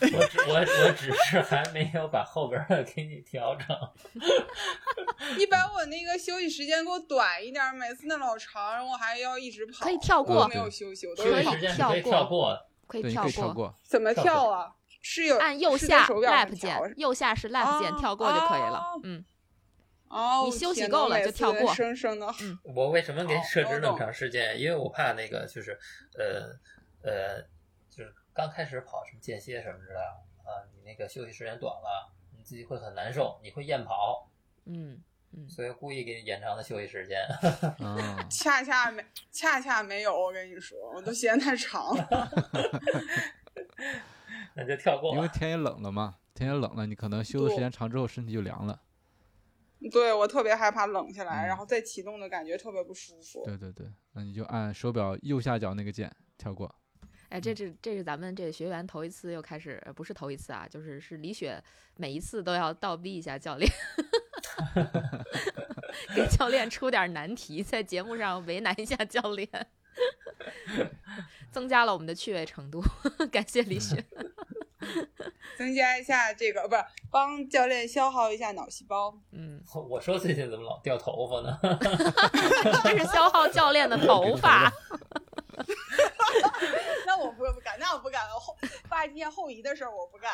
[SPEAKER 3] 我只我我只是还没有把后边儿的给你调整。
[SPEAKER 6] 你把我那个休息时间给我短一点，每次那老长，我还要一直跑。
[SPEAKER 2] 可以跳过
[SPEAKER 6] 我没有休息，我都
[SPEAKER 3] 休
[SPEAKER 6] 是
[SPEAKER 3] 息
[SPEAKER 6] 跑
[SPEAKER 3] 时。间你可以跳过，
[SPEAKER 2] 可
[SPEAKER 1] 对，
[SPEAKER 2] 以
[SPEAKER 1] 你
[SPEAKER 2] 跳
[SPEAKER 1] 可以跳过。
[SPEAKER 6] 怎么跳啊？是有
[SPEAKER 2] 按右
[SPEAKER 6] 是
[SPEAKER 2] 下
[SPEAKER 6] 在手表上
[SPEAKER 2] lap 键
[SPEAKER 6] 调是，
[SPEAKER 2] 右下是 lap 键，
[SPEAKER 6] 哦
[SPEAKER 2] 跳过就可以了
[SPEAKER 6] 哦。
[SPEAKER 2] 嗯，
[SPEAKER 6] 哦，
[SPEAKER 2] 你休息
[SPEAKER 6] 天呐
[SPEAKER 2] 够了就跳过
[SPEAKER 6] 我每次生生的
[SPEAKER 3] 我为什么给你设置那
[SPEAKER 6] 哦
[SPEAKER 3] 么长时间？因为我怕那个就是呃呃，就是刚开始跑什么间歇什么之类的啊，你那个休息时间短了，你自己会很难受，你会厌跑。
[SPEAKER 2] 嗯，嗯
[SPEAKER 3] 所以故意给你延长了休息时间。
[SPEAKER 1] 啊，
[SPEAKER 6] 恰恰没，恰恰没有。我跟你说，我都嫌太长了。
[SPEAKER 3] 那就跳过
[SPEAKER 1] 因为
[SPEAKER 3] 吧。
[SPEAKER 1] 天也冷了嘛，天也冷了，你可能休的时间长之后身体就凉了。
[SPEAKER 6] 对我特别害怕冷下来，
[SPEAKER 1] 嗯
[SPEAKER 6] 然后再启动的感觉特别不舒服。
[SPEAKER 1] 对对对，那你就按手表右下角那个键跳过。
[SPEAKER 2] 哎，
[SPEAKER 6] 嗯
[SPEAKER 2] 这是这是咱们这学员头一次又开始，呃不是头一次啊，就是是李雪每一次都要倒逼一下教练，给教练出点难题，在节目上为难一下教练，增加了我们的趣味程度。感谢李 雪，
[SPEAKER 6] 增加一下这个，不是帮教练消耗一下脑细胞。
[SPEAKER 2] 嗯，
[SPEAKER 3] 我说最近怎么老掉头发呢？
[SPEAKER 2] 这是消耗教练的头发。
[SPEAKER 6] 那我不不敢，那我不敢，我后发际线后移的事儿我不干。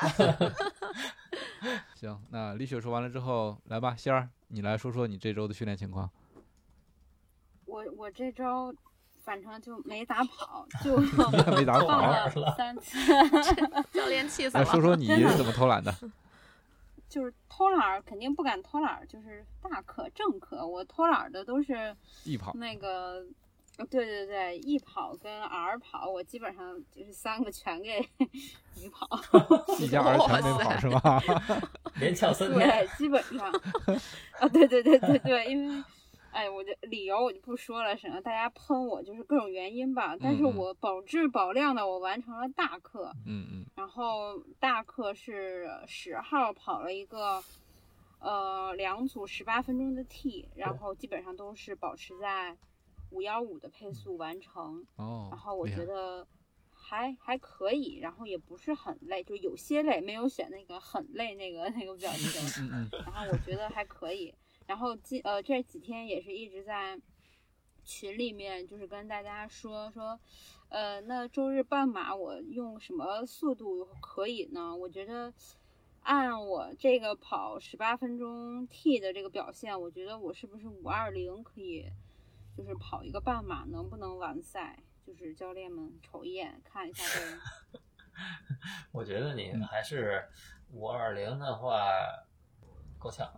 [SPEAKER 1] 行，那李雪说完了之后，来吧，仙儿，你来说说你这周的训练情况。
[SPEAKER 7] 我我这周反正就没 咋跑，就
[SPEAKER 1] 没咋
[SPEAKER 7] 放
[SPEAKER 1] 跑，
[SPEAKER 7] 了三次，
[SPEAKER 2] 教练气死
[SPEAKER 1] 来
[SPEAKER 2] 了。
[SPEAKER 1] 说说你怎么偷懒 的。
[SPEAKER 7] 就是偷懒儿，肯定不敢偷懒儿，就是大课正课，我偷懒儿的都是
[SPEAKER 1] 一跑，
[SPEAKER 7] 那个，呃对对对，艺跑跟 R 跑，我基本上就是三个全给 女 跑，
[SPEAKER 1] 一加二全没跑是吧？
[SPEAKER 3] 连翘三天，
[SPEAKER 7] 对，基本上，啊，对对对对对，因为。哎，我就理由我就不说了，省得大家喷我，就是各种原因吧。但是
[SPEAKER 1] 嗯嗯
[SPEAKER 7] 我保质保量的，我完成了大课，
[SPEAKER 1] 嗯嗯，
[SPEAKER 7] 然后大课是十号跑了一个，呃，两组十八分钟的 T，然后基本上都是保持在五幺五的配速完成，
[SPEAKER 1] 嗯哦，
[SPEAKER 7] 然后我
[SPEAKER 1] 厉害
[SPEAKER 7] 觉得还还可以，然后也不是很累，就有些累，没有选那个很累那个那个表 情，
[SPEAKER 1] 嗯嗯
[SPEAKER 7] 然后我觉得还可以。然后今呃这几天也是一直在群里面就是跟大家说说，呃，那周日半马我用什么速度可以呢？我觉得按我这个跑十八分钟 T 的这个表现，我觉得我是不是五二零可以，就是跑一个半马，能不能完赛？就是教练们瞅一眼看一下这个。
[SPEAKER 3] 我觉得
[SPEAKER 1] 嗯
[SPEAKER 3] 你还是五二零的话够呛。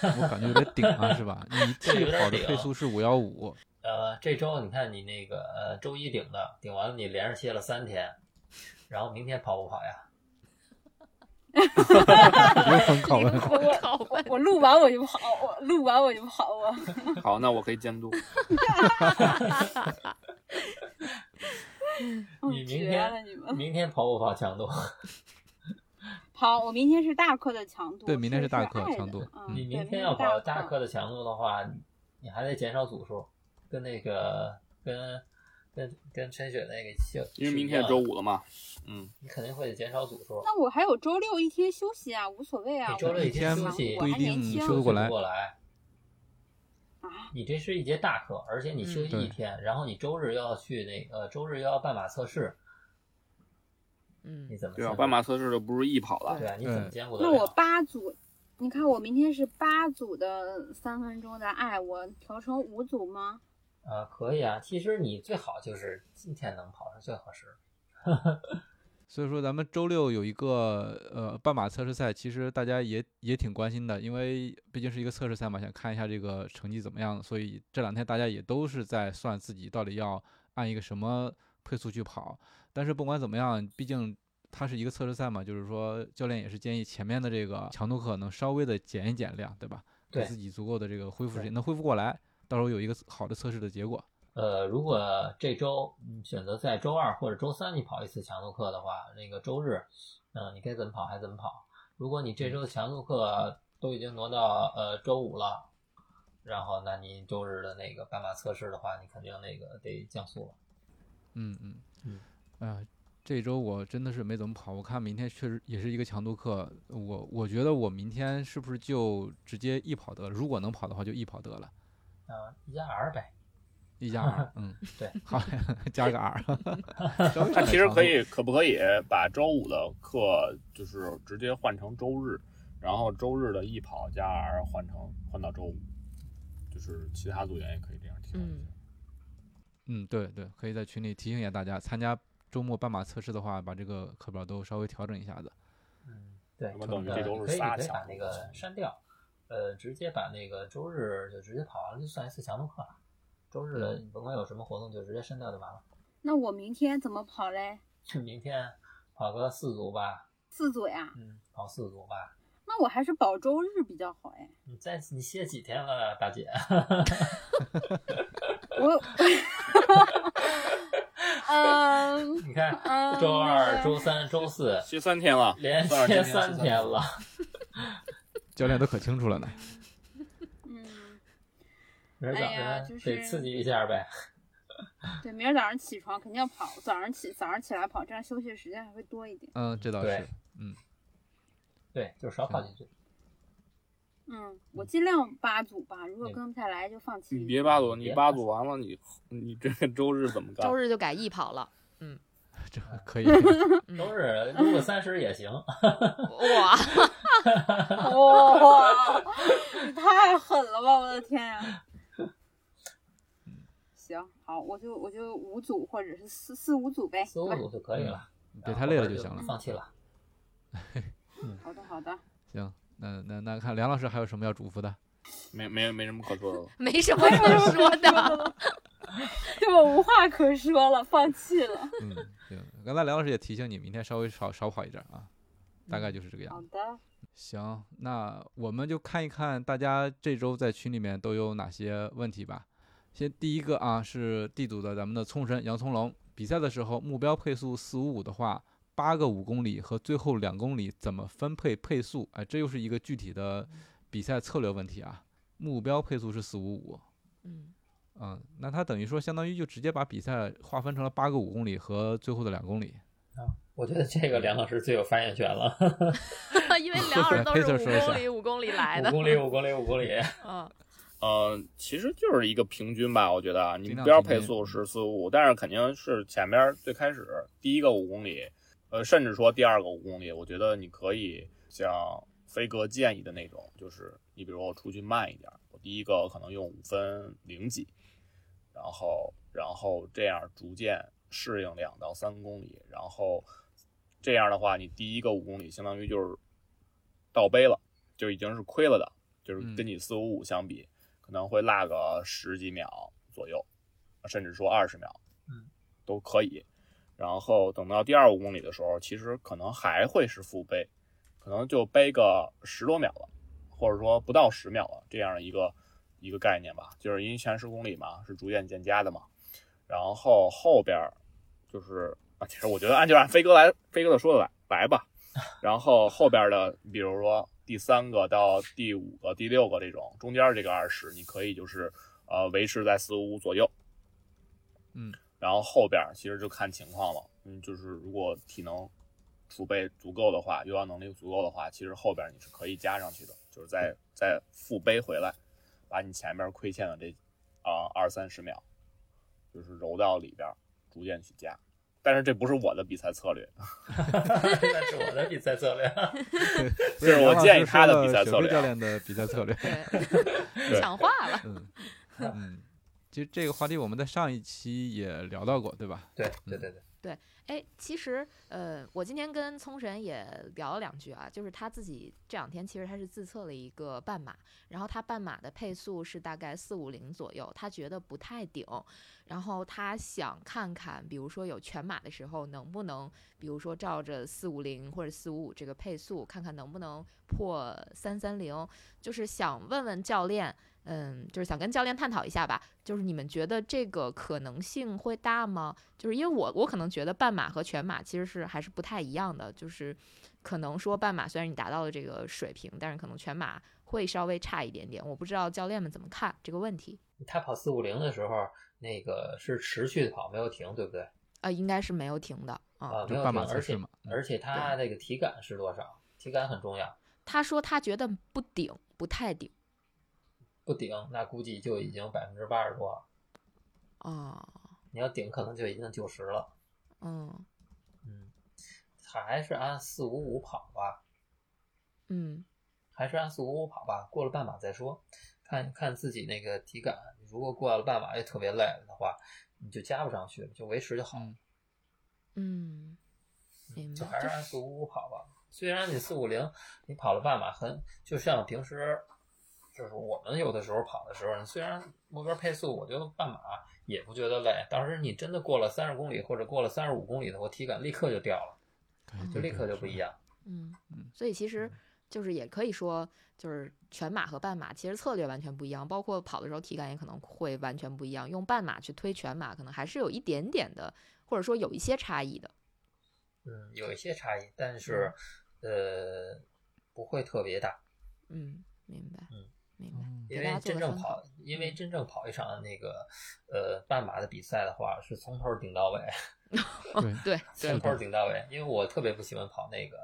[SPEAKER 1] 我感觉有点顶啊，是吧？你
[SPEAKER 3] 这
[SPEAKER 1] 替
[SPEAKER 3] 有点
[SPEAKER 1] 跑的
[SPEAKER 3] 顶啊
[SPEAKER 1] 配速是五幺五，
[SPEAKER 3] 呃，这周你看你那个呃周一顶的，顶完了你连着歇了三天，然后明天跑不跑呀？
[SPEAKER 1] 灵魂拷 问。
[SPEAKER 2] 拷问，
[SPEAKER 7] 我录完我就跑，我录完我就跑，我
[SPEAKER 4] 好，那我可以监督。
[SPEAKER 7] 我
[SPEAKER 3] 你明
[SPEAKER 7] 绝
[SPEAKER 3] 天
[SPEAKER 7] 了你们。
[SPEAKER 3] 明天跑不跑强 度？
[SPEAKER 7] 好，我明天是大课的强度。
[SPEAKER 1] 对明天是
[SPEAKER 7] 是
[SPEAKER 1] 大课
[SPEAKER 7] 爱的
[SPEAKER 1] 强度
[SPEAKER 7] 嗯
[SPEAKER 1] 嗯，
[SPEAKER 3] 你
[SPEAKER 7] 对
[SPEAKER 3] 明天要跑
[SPEAKER 7] 大
[SPEAKER 3] 大课的强度的话，你你还得减少组数，跟那个跟跟跟陈雪那个秀，
[SPEAKER 4] 因为明天是周，五了嘛，嗯，
[SPEAKER 3] 你肯定会减少组数。
[SPEAKER 7] 那我还有周六一天休息啊，无所谓啊。
[SPEAKER 3] 你周六一天休息
[SPEAKER 7] 我
[SPEAKER 1] 不一
[SPEAKER 7] 还年
[SPEAKER 1] 定
[SPEAKER 7] 轻
[SPEAKER 1] 休得过来
[SPEAKER 3] 不。过来，
[SPEAKER 7] 啊。
[SPEAKER 3] 你这是一节大课，而且你休息
[SPEAKER 1] 嗯
[SPEAKER 3] 一天，然后你周日要去那个呃周日要半马测试，你
[SPEAKER 2] 嗯，
[SPEAKER 3] 怎么
[SPEAKER 4] 对啊，
[SPEAKER 3] 算
[SPEAKER 4] 半马测试就不是一跑了，
[SPEAKER 3] 对啊，你怎么
[SPEAKER 1] 对
[SPEAKER 3] 兼顾得
[SPEAKER 7] 那我
[SPEAKER 3] 了？
[SPEAKER 7] 八组，你看我明天是八组的三分钟的爱，我调成五组吗？
[SPEAKER 3] 啊，可以啊，其实你最好就是今天能跑是最合适的。
[SPEAKER 1] 所以说，咱们周六有一个呃半马测试赛，其实大家也也挺关心的，因为毕竟是一个测试赛嘛，想看一下这个成绩怎么样。所以这两天大家也都是在算自己到底要按一个什么配速去跑。但是不管怎么样，毕竟它是一个测试赛嘛，就是说教练也是建议前面的这个强度课能稍微的减一减量，对吧？给
[SPEAKER 3] 对
[SPEAKER 1] 自己足够的这个恢复时
[SPEAKER 3] 对
[SPEAKER 1] 间，能恢复过来，到时候有一个好的测试的结果。
[SPEAKER 3] 呃，如果这周你选择在周二或者周三你跑一次强度课的话，那个周日，嗯、你该怎么跑还怎么跑。如果你这
[SPEAKER 4] 嗯
[SPEAKER 3] 周的强度课都已经挪到呃周五了，然后那你周日的那个半马测试的话，你肯定那个得降速了。
[SPEAKER 1] 嗯嗯
[SPEAKER 3] 嗯，
[SPEAKER 1] 啊、这周我真的是没怎么跑。我看明天确实也是一个强度课，我我觉得我明天是不是就直接一跑得了？如果能跑的话，就一跑得了，
[SPEAKER 3] 啊、一加 R 呗，
[SPEAKER 1] 一加 R，嗯，
[SPEAKER 3] 对，
[SPEAKER 1] 好，加个 R，稍微
[SPEAKER 4] 那其实
[SPEAKER 1] 长度
[SPEAKER 4] 可以，可不可以把周五的课就是直接换成周日，然后周日的艺跑加 R 换成换到周五，就是其他组员也可以这样听一下。
[SPEAKER 1] 嗯，对对，可以在群里提醒一下大家，参加周末半马测试的话，把这个课表都稍微调整一下子。
[SPEAKER 3] 嗯，对
[SPEAKER 4] 那，么
[SPEAKER 1] 等于这
[SPEAKER 4] 周
[SPEAKER 3] 你
[SPEAKER 4] 是
[SPEAKER 3] 可以
[SPEAKER 4] 仨
[SPEAKER 3] 你可以把
[SPEAKER 4] 强
[SPEAKER 3] 那个删掉。呃，直接把那个周日就直接跑完了，就算一次强度课了。周日的你
[SPEAKER 4] 嗯
[SPEAKER 3] 甭管有什么活动，就直接申掉就完了。
[SPEAKER 7] 那我明天怎么跑嘞？
[SPEAKER 3] 明天跑个四组吧，
[SPEAKER 7] 四组呀？
[SPEAKER 3] 嗯，跑四组吧。
[SPEAKER 7] 那我还是保周日比较好 哎。
[SPEAKER 3] 你再你歇几天了，大姐？
[SPEAKER 7] 我，嗯
[SPEAKER 3] 你看，
[SPEAKER 7] 嗯，
[SPEAKER 3] 周
[SPEAKER 7] 那
[SPEAKER 3] 二、
[SPEAKER 7] 个
[SPEAKER 3] 周三、周四
[SPEAKER 4] 歇三天了，
[SPEAKER 3] 连
[SPEAKER 4] 三
[SPEAKER 3] 歇
[SPEAKER 4] 三
[SPEAKER 3] 三天了。
[SPEAKER 1] 教练都可清楚了呢。
[SPEAKER 7] 嗯，
[SPEAKER 3] 明儿早
[SPEAKER 7] 哎呀
[SPEAKER 3] 晨
[SPEAKER 7] 就是
[SPEAKER 3] 得刺激一下呗。
[SPEAKER 7] 对，明儿早上起床肯定要跑，早上起早上起来跑，这样休息的时间还会多一点。
[SPEAKER 1] 嗯，这倒是
[SPEAKER 3] 对。对，就是少跑几句。
[SPEAKER 7] 嗯，我尽量八组吧，如果
[SPEAKER 3] 嗯
[SPEAKER 7] 跟不下来就放弃。
[SPEAKER 4] 你别八组，你
[SPEAKER 3] 别
[SPEAKER 4] 八组完了，你你这个周日怎么干
[SPEAKER 2] 周？日就改艺跑了，
[SPEAKER 1] 这可 以，
[SPEAKER 2] 嗯
[SPEAKER 3] 周日撸个三十也行，
[SPEAKER 2] 哇，
[SPEAKER 7] 哦哇，你太狠了吧！我的天啊呀、行，好，我就我就五组或者是四四五组呗，
[SPEAKER 3] 四五
[SPEAKER 7] 好吧
[SPEAKER 3] 组就可以了。
[SPEAKER 1] 别嗯太累了
[SPEAKER 3] 然后
[SPEAKER 1] 就
[SPEAKER 3] 就
[SPEAKER 1] 行了。
[SPEAKER 3] 放弃了。
[SPEAKER 7] 好的好的，
[SPEAKER 1] 行，那那那看梁老师还有什么要嘱咐的？
[SPEAKER 4] 没没没什么可说的了。
[SPEAKER 2] 没什么可说的。
[SPEAKER 7] 对我无话可说了，放弃了。
[SPEAKER 1] 嗯，行。刚才梁老师也提醒你，明天稍微少少跑一点啊，大概就是这个样
[SPEAKER 7] 嗯好
[SPEAKER 1] 子。
[SPEAKER 7] 的，
[SPEAKER 1] 行，那我们就看一看大家这周在群里面都有哪些问题吧。先第一个啊，是地组的咱们的冲绳杨从龙，比赛的时候目标配速四五五的话，八个五公里和最后两公里怎么分配配速？哎，这又是一个具体的比赛策略问题啊。目标配速是四五五，
[SPEAKER 2] 嗯，
[SPEAKER 1] 嗯，那他等于说相当于就直接把比赛划分成了八个五公里和最后的两公里。
[SPEAKER 3] 我觉得这个梁老师最有发言权了，
[SPEAKER 2] 因为两耳都
[SPEAKER 1] 黑
[SPEAKER 2] 是
[SPEAKER 1] 色
[SPEAKER 2] 五
[SPEAKER 1] 说一下
[SPEAKER 2] 公里五公里来
[SPEAKER 3] 五
[SPEAKER 2] 的，
[SPEAKER 3] 公里，五公里，五公里。
[SPEAKER 2] 嗯，
[SPEAKER 4] 呃，其实就是一个平均吧，我觉得啊，你
[SPEAKER 1] 尽量
[SPEAKER 4] 目标
[SPEAKER 1] 平
[SPEAKER 4] 配
[SPEAKER 1] 均
[SPEAKER 4] 速是四五，但是肯定是前边最开始第一个五公里，呃，甚至说第二个五公里，我觉得你可以像飞哥建议的那种，就是你比如我出去慢一点，我第一个可能用五分零几，然后然后这样逐渐适应两到三公里，然后这样的话，你第一个五公里相当于就是倒杯了，就已经是亏了的，就是跟你四五五相比，可能会落个十几秒左右，甚至说二十秒，
[SPEAKER 3] 嗯，
[SPEAKER 4] 都可以。然后等到第二五公里的时候，其实可能还会是负杯，可能就背个十多秒了，或者说不到十秒了这样的一个一个概念吧，就是因为前十公里嘛是逐渐渐加的嘛，然后后边儿就是啊，其实我觉得按就按飞哥来飞哥的说的来来吧，然后后边儿的比如说第三个到第五个、第六个这种中间儿这个二十，你可以就是呃维持在四五五左右，
[SPEAKER 1] 嗯，
[SPEAKER 4] 然后后边儿其实就看情况了，嗯，就是如果体能储备足够的话，有氧能力足够的话，其实后边儿你是可以加上去的，就是再再复背回来，把你前面亏欠的这啊二三十秒，就是揉到里边儿，逐渐去加。但是这不是我的比赛策略，
[SPEAKER 3] 那是我的比赛策略。
[SPEAKER 4] 这是我建议他的比赛策
[SPEAKER 1] 雪飞
[SPEAKER 4] 略啊
[SPEAKER 1] 教练的比赛策略。
[SPEAKER 2] 对，抢话了，
[SPEAKER 1] 嗯嗯，其实这个话题我们在上一期也聊到过，对吧？
[SPEAKER 3] 对对对对，
[SPEAKER 2] 哎，其实呃，我今天跟聪神也聊了两句啊，就是他自己这两天其实他是自测了一个半马，然后他半马的配速是大概四五零左右，他觉得不太顶，然后他想看看，比如说有全马的时候能不能，比如说照着四五零或者四五五这个配速，看看能不能破三三零，就是想问问教练。嗯，就是想跟教练探讨一下吧，就是你们觉得这个可能性会大吗？就是因为我我可能觉得半马和全马其实是还是不太一样的，就是可能说半马虽然你达到了这个水平，但是可能全马会稍微差一点点。我不知道教练们怎么看这个问题
[SPEAKER 1] 嗯
[SPEAKER 3] 他跑四五零的时候，那个是持续地跑，没有停，对不对？
[SPEAKER 2] 啊、应该是没有停的啊。
[SPEAKER 3] 啊，没
[SPEAKER 1] 就
[SPEAKER 3] 有
[SPEAKER 1] 半
[SPEAKER 3] 停，
[SPEAKER 1] 马
[SPEAKER 3] 而
[SPEAKER 1] 测试
[SPEAKER 3] 且
[SPEAKER 1] 嘛。嗯
[SPEAKER 3] 而且他那个体感是多少？体感很重要，
[SPEAKER 2] 他说他觉得不顶，不太顶
[SPEAKER 3] 不顶那估计就已经百分之八十多了，
[SPEAKER 2] 啊，
[SPEAKER 3] 你要顶可能就已经九十了。
[SPEAKER 2] 嗯
[SPEAKER 3] 嗯，还是按四五五跑吧，
[SPEAKER 2] 嗯
[SPEAKER 3] 还是按四五五跑吧，过了半马再说，看看自己那个体感。如果过了半马也特别累了的话，你就加不上去了，就维持就好了。
[SPEAKER 1] 嗯
[SPEAKER 2] 嗯，明
[SPEAKER 3] 就
[SPEAKER 2] 白，
[SPEAKER 3] 还
[SPEAKER 2] 就是
[SPEAKER 3] 按
[SPEAKER 2] 是
[SPEAKER 3] 四五五跑吧。虽然你四五零，你跑了半马很，就像平时就是我们有的时候跑的时候，虽然目标配速我就半马也不觉得累，但是你真的过了三十公里或者过了三十五公里的话，体感立刻就掉了，就立刻就不一样。
[SPEAKER 2] 嗯
[SPEAKER 1] 嗯，
[SPEAKER 2] 所以其实就是也可以说，就是全马和半马其实策略完全不一样，包括跑的时候体感也可能会完全不一样。用半马去推全马，可能还是有一点点的，或者说有一些差异的。
[SPEAKER 3] 嗯，有一些差异，但是呃不会特别大，
[SPEAKER 2] 嗯，明白，
[SPEAKER 3] 嗯
[SPEAKER 2] 明白。
[SPEAKER 1] 嗯
[SPEAKER 2] 给
[SPEAKER 3] 因
[SPEAKER 2] 大
[SPEAKER 3] 为
[SPEAKER 2] 家做
[SPEAKER 3] 真
[SPEAKER 2] 个
[SPEAKER 3] 正
[SPEAKER 2] 参考嗯
[SPEAKER 3] 跑，因为真正跑一场那个呃半马的比赛的话，是从头顶到尾，
[SPEAKER 1] 对，
[SPEAKER 2] 对
[SPEAKER 3] 从
[SPEAKER 2] 对，
[SPEAKER 3] 头顶到尾。因为我特别不喜欢跑那个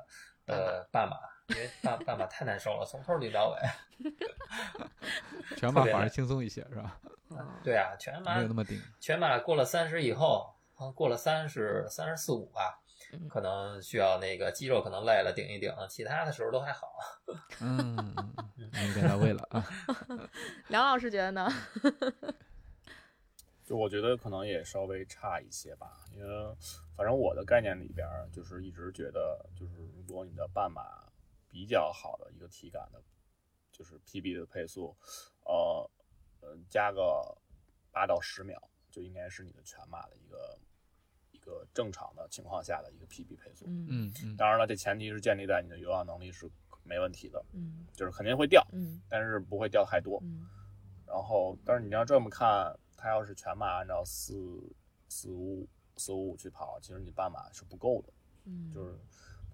[SPEAKER 3] 呃半马，因为半半马太难受了，从头顶到尾。
[SPEAKER 1] 嗯全马
[SPEAKER 3] 特别
[SPEAKER 1] 反而
[SPEAKER 3] 累
[SPEAKER 1] 轻松一些，是吧？
[SPEAKER 2] 嗯
[SPEAKER 3] 对啊，全马
[SPEAKER 1] 没有那么顶。
[SPEAKER 3] 全马过了三十以后，啊过了三十三十四五吧
[SPEAKER 2] 嗯，
[SPEAKER 3] 可能需要那个肌肉可能累了顶一顶，其他的时候都还好。
[SPEAKER 1] 嗯，嗯嗯你点到位了啊。
[SPEAKER 2] 梁老师觉得呢？
[SPEAKER 4] 就我觉得可能也稍微差一些吧，因为反正我的概念里边儿就是一直觉得，就是如果你的半马比较好的一个体感的，就是 PB 的配速，呃，呃，加个八到十秒，就应该是你的全马的一个一个正常的情况下的一个 PB 配速。
[SPEAKER 2] 嗯
[SPEAKER 1] 嗯 嗯，
[SPEAKER 4] 当然了，这前提是建立在你的有氧能力是没问题的，
[SPEAKER 2] 嗯
[SPEAKER 4] 就是肯定会掉，
[SPEAKER 2] 嗯
[SPEAKER 4] 但是不会掉太多。
[SPEAKER 2] 嗯
[SPEAKER 4] 然后，但是你要这么看，他要是全马按照四四五四五五去跑，其实你半马是不够的。
[SPEAKER 2] 嗯，
[SPEAKER 4] 就是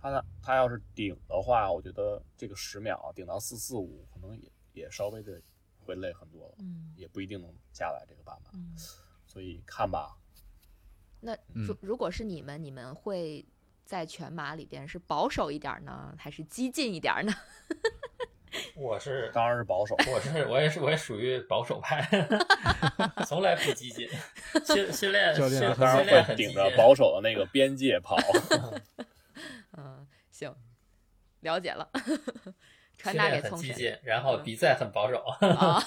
[SPEAKER 4] 他他要是顶的话，我觉得这个十秒顶到四四五，可能也也稍微的会累很多了，
[SPEAKER 2] 嗯
[SPEAKER 4] 也不一定能下来这个半马。
[SPEAKER 2] 嗯。
[SPEAKER 4] 所以看吧，
[SPEAKER 2] 那
[SPEAKER 1] 嗯
[SPEAKER 2] 如如果是你们，你们会在全马里边是保守一点儿呢，还是激进一点儿呢？
[SPEAKER 3] 我是
[SPEAKER 4] 当然是保 守。
[SPEAKER 3] 我是我也是我也属于保守派，从来不激进，训训练
[SPEAKER 1] 教
[SPEAKER 3] 训
[SPEAKER 1] 练
[SPEAKER 3] 训
[SPEAKER 4] 当然
[SPEAKER 3] 练
[SPEAKER 4] 会
[SPEAKER 3] 很激
[SPEAKER 4] 顶
[SPEAKER 3] 进。
[SPEAKER 4] 着保守的那个边界跑，
[SPEAKER 2] 嗯，行，了解了， 传
[SPEAKER 3] 训
[SPEAKER 2] 达给
[SPEAKER 3] 练很
[SPEAKER 2] 聪
[SPEAKER 3] 激
[SPEAKER 2] 神
[SPEAKER 3] 进，然后比赛很保守。
[SPEAKER 2] 啊。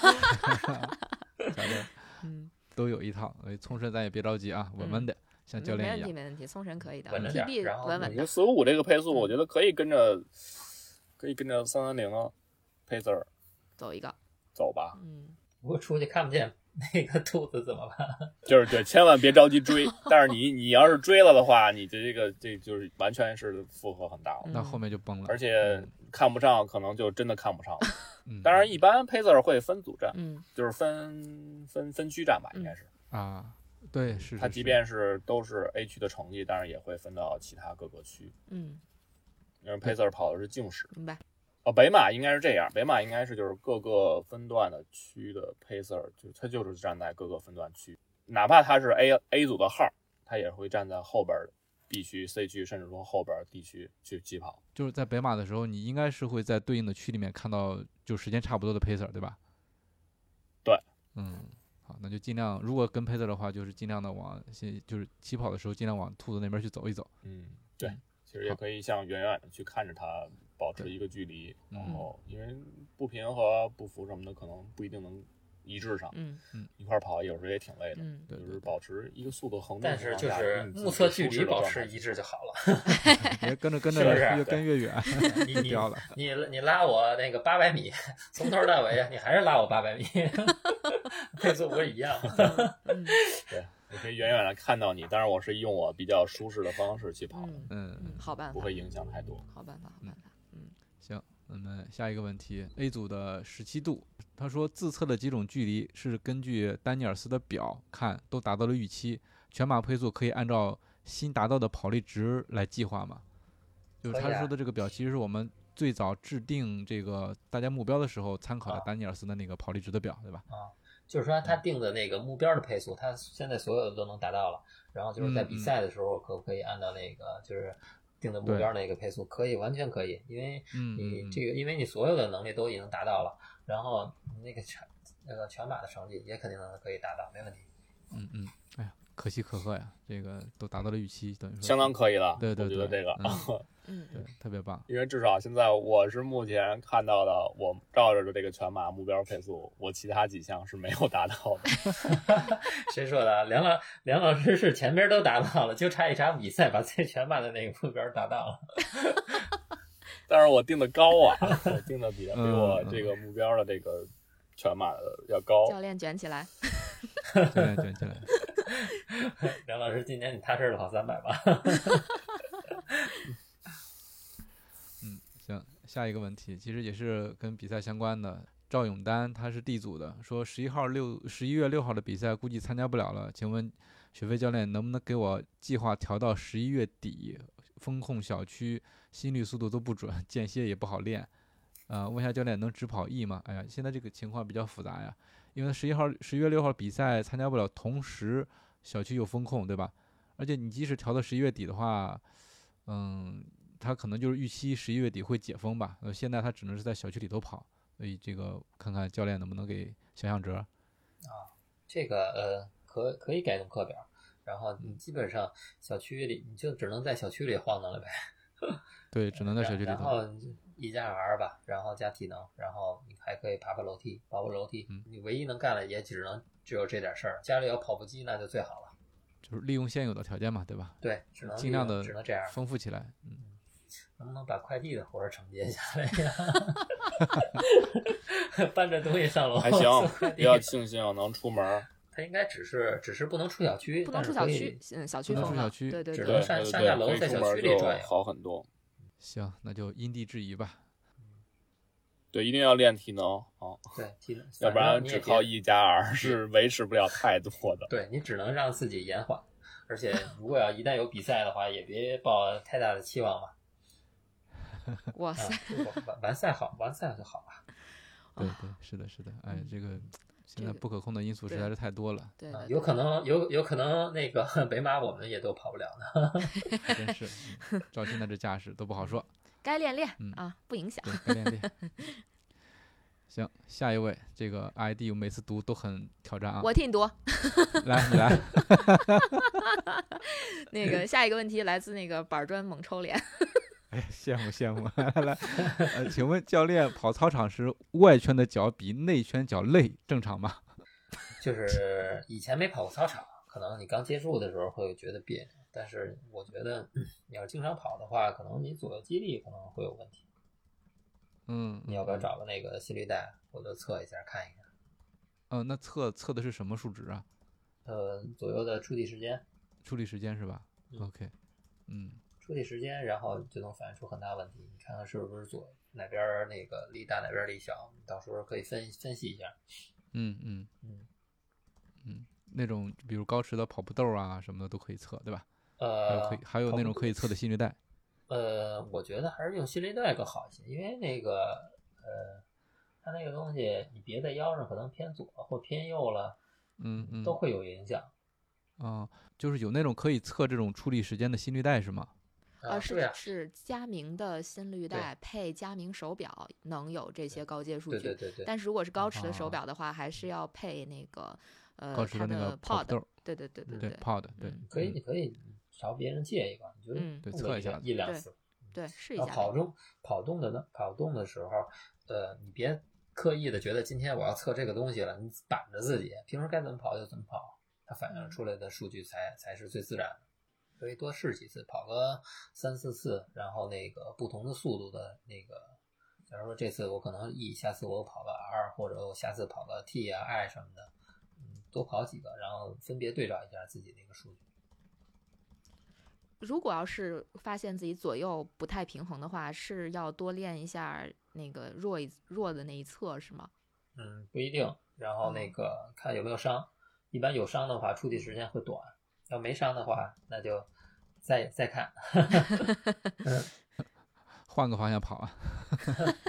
[SPEAKER 1] 咱们
[SPEAKER 2] 嗯，
[SPEAKER 1] 都有一套，所以聪神咱也别着急啊，稳稳的，像教
[SPEAKER 2] 没
[SPEAKER 1] 练一
[SPEAKER 2] 问题，
[SPEAKER 1] 样。
[SPEAKER 2] 没问题，聪神可以的
[SPEAKER 3] 稳着点儿然
[SPEAKER 2] ，PB
[SPEAKER 3] 后
[SPEAKER 2] 稳
[SPEAKER 4] 你
[SPEAKER 2] 稳
[SPEAKER 4] 说
[SPEAKER 2] 的，
[SPEAKER 4] 四五五这个配速，我觉得可以跟着可以跟着三三零啊，配字儿
[SPEAKER 2] 走一个，
[SPEAKER 4] 走吧。
[SPEAKER 2] 嗯，
[SPEAKER 3] 不过出去看不见那个 兔子怎么办？
[SPEAKER 4] 就是对，千万别着急追。但是你你要是追了的话，你的这个这就是完全是负荷很大了，
[SPEAKER 1] 那后面就崩了，
[SPEAKER 4] 而且看不上，可能就真的看不上了。
[SPEAKER 1] 嗯，
[SPEAKER 4] 当然，一般 Pacer 会分组站，
[SPEAKER 2] 嗯
[SPEAKER 4] 就是分分分区站吧，应该是。
[SPEAKER 1] 啊，对，是
[SPEAKER 4] 它
[SPEAKER 1] 是
[SPEAKER 4] 即
[SPEAKER 1] 是
[SPEAKER 4] 便是都是 A 区的成绩，但是也会分到其他各个区。
[SPEAKER 2] 嗯，
[SPEAKER 4] 因为 Pacer 跑的是静时，
[SPEAKER 2] 明白，
[SPEAKER 4] 哦，北马应该是这样，北马应该是就是各个分段的区的 pacer，就他就是站在各个分段区，哪怕他是 A A 组的号，他也会站在后边儿 B 区、C 区，甚至说后边儿地区去起跑。
[SPEAKER 1] 就是在北马的时候，你应该是会在对应的区里面看到就时间差不多的 pacer，对吧？
[SPEAKER 4] 对，
[SPEAKER 1] 嗯，好，那就尽量，如果跟 pacer 的话，就是尽量的往先就是起跑的时候尽量往兔子那边去走一走。
[SPEAKER 4] 嗯，对
[SPEAKER 1] 嗯，
[SPEAKER 4] 其实也可以像远远的去看着他，保持
[SPEAKER 1] 对
[SPEAKER 4] 一个距离，然
[SPEAKER 1] 嗯
[SPEAKER 4] 后因为不平和不服什么的，可能不一定能一致上，
[SPEAKER 2] 嗯
[SPEAKER 4] 一块儿跑有时候也挺累的。
[SPEAKER 2] 嗯，
[SPEAKER 1] 对
[SPEAKER 4] 就
[SPEAKER 1] 对
[SPEAKER 4] 是保持一个速度恒定
[SPEAKER 3] 但
[SPEAKER 4] 的情
[SPEAKER 3] 是就
[SPEAKER 4] 况下，
[SPEAKER 3] 是
[SPEAKER 4] 用自己
[SPEAKER 3] 目测
[SPEAKER 4] 嗯舒
[SPEAKER 3] 距
[SPEAKER 4] 适
[SPEAKER 3] 离
[SPEAKER 4] 的
[SPEAKER 3] 保
[SPEAKER 4] 状
[SPEAKER 3] 持
[SPEAKER 4] 态
[SPEAKER 3] 一致就好 了。
[SPEAKER 1] 别跟着跟着
[SPEAKER 3] 是不是
[SPEAKER 1] 越跟越远，
[SPEAKER 3] 你你
[SPEAKER 1] 掉了。
[SPEAKER 3] 你你拉我那个八百米，从头到尾，你还是拉我八百米， 配速不是一样吗？
[SPEAKER 2] 嗯
[SPEAKER 4] 对，我可以远远的看到你，但是我是用我比较舒适的方式去跑的，
[SPEAKER 2] 嗯
[SPEAKER 1] 嗯
[SPEAKER 2] 嗯，，好办
[SPEAKER 4] 不
[SPEAKER 2] 法，
[SPEAKER 4] 会影响太多。
[SPEAKER 2] 好办法，好办法，嗯
[SPEAKER 1] 行，那么下一个问题，A 组的十七度，他说自测的几种距离是根据丹尼尔斯的表看都达到了预期，全马配速可以按照新达到的跑力值来计划吗？就是
[SPEAKER 3] 可以
[SPEAKER 1] 他
[SPEAKER 3] 啊
[SPEAKER 1] 说的这个表，其实是我们最早制定这个大家目标的时候参考的
[SPEAKER 3] 啊
[SPEAKER 1] 丹尼尔斯的那个跑力值的表，对吧？
[SPEAKER 3] 就是说他定的那个目标的配速，他现在所有的都能达到了。然后就是在
[SPEAKER 4] 嗯
[SPEAKER 3] 比赛的时候，可不可以按照那个就是定的目标那个配速？可以，完全可以，因为
[SPEAKER 1] 嗯，
[SPEAKER 3] 你
[SPEAKER 1] 嗯
[SPEAKER 3] 这个，因为你所有的能力都已经达到了，然后你那个全那个全马的成绩也肯定能可以达到，没问题。
[SPEAKER 1] 嗯嗯，哎呀，可喜可贺呀，这个都达到了预期，等于
[SPEAKER 3] 嗯
[SPEAKER 1] 说
[SPEAKER 4] 相当可以了，
[SPEAKER 1] 对对
[SPEAKER 4] 我觉得
[SPEAKER 1] 对
[SPEAKER 4] 这个，
[SPEAKER 1] 嗯
[SPEAKER 2] 嗯
[SPEAKER 1] 对，特别棒。
[SPEAKER 4] 因为至少现在我是目前看到的，我照着这个全马目标配速，我其他几项是没有达到的。
[SPEAKER 3] 谁说的啊？梁老梁老师是前边都达到了，就差一场比赛把自己全马的那个目标达到了。
[SPEAKER 4] 但是我定的高啊，我定的比比
[SPEAKER 1] 嗯
[SPEAKER 4] 我这个目标的这个全马的要高。
[SPEAKER 2] 嗯教练卷起来，
[SPEAKER 1] 教练卷起来，
[SPEAKER 3] 梁老师，今年你踏实跑三百吧。
[SPEAKER 1] 嗯，行，下一个问题其实也是跟比赛相关的。赵永丹他是 D 组的，说十一号六十一月六号的比赛估计参加不了了，请问雪飞教练能不能给我计划调到十一月底？风控小区心率速度都不准，间歇也不好练。呃，问一下教练能只跑 E 吗？哎呀，现在这个情况比较复杂呀，因为十一号、十一月六号比赛参加不了，同时小区又风控，对吧？而且你即使调到十一月底的话，嗯，他可能就是预期十一月底会解封吧。呃，现在他只能是在小区里头跑，所以这个看看教练能不能给想想辙。
[SPEAKER 3] 啊，这个呃，可可以改动课表，然后你基本上小区里你就只能在小区里晃荡了呗。
[SPEAKER 1] 对，只能在小区里
[SPEAKER 3] 然
[SPEAKER 1] 头。
[SPEAKER 3] 后一加 R 吧，然后加体能，然后你还可以爬爬楼梯，跑跑楼梯。
[SPEAKER 1] 嗯
[SPEAKER 3] 你唯一能干的也只能只有这点事儿。家里有跑步机那就最好了。
[SPEAKER 1] 就是利用现有的条件嘛，对吧？
[SPEAKER 3] 对，只能
[SPEAKER 1] 尽量
[SPEAKER 3] 利用
[SPEAKER 1] 的
[SPEAKER 3] 只能这样。
[SPEAKER 1] 丰富起来。嗯，
[SPEAKER 3] 能不能把快递的活儿承接下来 呀？搬着东西上楼
[SPEAKER 4] 还行
[SPEAKER 3] 送快，
[SPEAKER 4] 比
[SPEAKER 3] 递
[SPEAKER 4] 较庆幸能出门儿。
[SPEAKER 3] 他应该只是只是不能出小区，
[SPEAKER 2] 不能
[SPEAKER 3] 但是
[SPEAKER 2] 出小
[SPEAKER 3] 可以
[SPEAKER 2] 区，嗯，小区
[SPEAKER 1] 不能
[SPEAKER 2] 封
[SPEAKER 1] 出小
[SPEAKER 2] 了，
[SPEAKER 1] 区
[SPEAKER 2] 对对
[SPEAKER 3] 只
[SPEAKER 4] 对
[SPEAKER 3] 能
[SPEAKER 2] 对，
[SPEAKER 3] 上
[SPEAKER 4] 对
[SPEAKER 3] 上
[SPEAKER 4] 对
[SPEAKER 3] 下楼
[SPEAKER 4] 可以
[SPEAKER 3] 在
[SPEAKER 4] 出
[SPEAKER 3] 小
[SPEAKER 4] 门
[SPEAKER 3] 区
[SPEAKER 4] 就
[SPEAKER 3] 里转悠
[SPEAKER 4] 好很多。
[SPEAKER 1] 行，那就因地制宜吧。
[SPEAKER 4] 对，一定要练体能啊，
[SPEAKER 3] 对，体能
[SPEAKER 4] 要不
[SPEAKER 3] 反
[SPEAKER 4] 然
[SPEAKER 3] 正你
[SPEAKER 4] 只
[SPEAKER 3] 也
[SPEAKER 4] 靠
[SPEAKER 3] 别
[SPEAKER 4] E 加 R 是维持不了太多 的。
[SPEAKER 3] 对你只能让自己延缓，而且如果要一旦有比赛的话，也别抱太大的期望嘛。
[SPEAKER 2] 哇
[SPEAKER 3] 啊
[SPEAKER 2] 塞，，
[SPEAKER 3] 完完完赛好，完赛就好了。
[SPEAKER 1] 对
[SPEAKER 2] 啊
[SPEAKER 1] 对，是的，是的。哎
[SPEAKER 2] 嗯，
[SPEAKER 1] 这个现
[SPEAKER 2] 这
[SPEAKER 1] 在
[SPEAKER 2] 个
[SPEAKER 1] 不可控的因素实
[SPEAKER 2] 对
[SPEAKER 1] 在是太多了，
[SPEAKER 2] 对
[SPEAKER 3] 啊，
[SPEAKER 2] 对
[SPEAKER 3] 有可能有有可能那个 北马我们也都跑不了呢。
[SPEAKER 1] 真是。嗯照现在这架势都不好说。
[SPEAKER 2] 该练练
[SPEAKER 1] 嗯
[SPEAKER 2] 啊，不影响。
[SPEAKER 1] 对，该练练。行，下一位，这个 ID 我每次读都很挑战啊。
[SPEAKER 2] 我替你读
[SPEAKER 1] 来，你来。
[SPEAKER 2] 那个下一个问题，来自那个板砖猛抽脸，
[SPEAKER 1] 哎，羡慕羡慕。 来来来，呃，请问教练跑操场时，外圈的脚比内圈脚累，正常吗？
[SPEAKER 3] 就是以前没跑过操场，可能你刚接触的时候会觉得别扭，但是我觉得嗯你要是经常跑的话，可能你左右肌力可能会有问题。
[SPEAKER 1] 嗯，
[SPEAKER 3] 你要不要
[SPEAKER 1] 嗯？
[SPEAKER 3] 找个那个心率带，我就测一下看一看？
[SPEAKER 1] 嗯，那测测的是什么数值啊？
[SPEAKER 3] 呃，左右的触地时间，
[SPEAKER 1] 处理时间是吧
[SPEAKER 3] 嗯
[SPEAKER 1] ？OK，嗯，
[SPEAKER 3] 触地时间，然后就能反映出很大问题。你看看是不是左哪边儿那个力大，哪边儿力小，你到时候可以分分析一下。
[SPEAKER 1] 嗯嗯
[SPEAKER 3] 嗯
[SPEAKER 1] 嗯，那种比如高驰的跑步豆啊什么的都可以测，对吧？还有
[SPEAKER 3] 呃
[SPEAKER 1] 可以，还有
[SPEAKER 3] 跑
[SPEAKER 1] 那种
[SPEAKER 3] 步
[SPEAKER 1] 可以测的心率带。
[SPEAKER 3] 呃，我觉得还是用心率带更好一些，因为那个呃，它那个东西你别在腰上，可能偏左或偏右了，
[SPEAKER 1] 嗯嗯。
[SPEAKER 3] 都会有影响。
[SPEAKER 1] 啊，就是有那种可以测这种处理时间的心率带是吗？
[SPEAKER 3] 啊，
[SPEAKER 2] 呃是
[SPEAKER 3] 对呀，
[SPEAKER 2] 是佳明的心率带配佳明手表能有这些高阶数
[SPEAKER 3] 对对
[SPEAKER 2] 据，
[SPEAKER 3] 对对，嗯
[SPEAKER 2] 但是如果是高驰的手
[SPEAKER 1] 哦
[SPEAKER 2] 表的话，还是要配那个
[SPEAKER 1] 高
[SPEAKER 2] 呃
[SPEAKER 1] 驰
[SPEAKER 2] 它
[SPEAKER 1] 那个
[SPEAKER 2] 的
[SPEAKER 1] 跑
[SPEAKER 2] pod，
[SPEAKER 1] 步豆儿，
[SPEAKER 2] 对对对对
[SPEAKER 1] 对 pod，对
[SPEAKER 2] 嗯
[SPEAKER 3] 可以，
[SPEAKER 1] 嗯
[SPEAKER 3] 你可以朝别人借一个，你就
[SPEAKER 2] 嗯
[SPEAKER 1] 对
[SPEAKER 3] 动
[SPEAKER 1] 测
[SPEAKER 3] 个
[SPEAKER 1] 一下
[SPEAKER 3] 一两
[SPEAKER 2] 对
[SPEAKER 3] 次。
[SPEAKER 2] 对，试一
[SPEAKER 3] 然
[SPEAKER 2] 下
[SPEAKER 3] 后呃跑
[SPEAKER 2] 呗。
[SPEAKER 3] 动跑动的呢，跑动的时候，呃，你别刻意的觉得今天我要测这个东西了，你板着自己，平时该怎么跑就怎么跑，它反映出来的数据才才是最自然的。所以多试几次，跑个三四次，然后那个不同的速度的那个，假如说这次我可能 E，下次我跑个 R，或者我下次跑个 T 啊 I 什么的，嗯，多跑几个，然后分别对照一下自己那个数据。
[SPEAKER 2] 如果要是发现自己左右不太平衡的话，是要多练一下那个弱一弱的那一侧是吗？
[SPEAKER 3] 嗯，不一定。然后那
[SPEAKER 2] 嗯
[SPEAKER 3] 个看有没有伤，一般有伤的话，触地时间会短；要没伤的话，那就再再看。
[SPEAKER 1] 嗯换个方向跑 啊。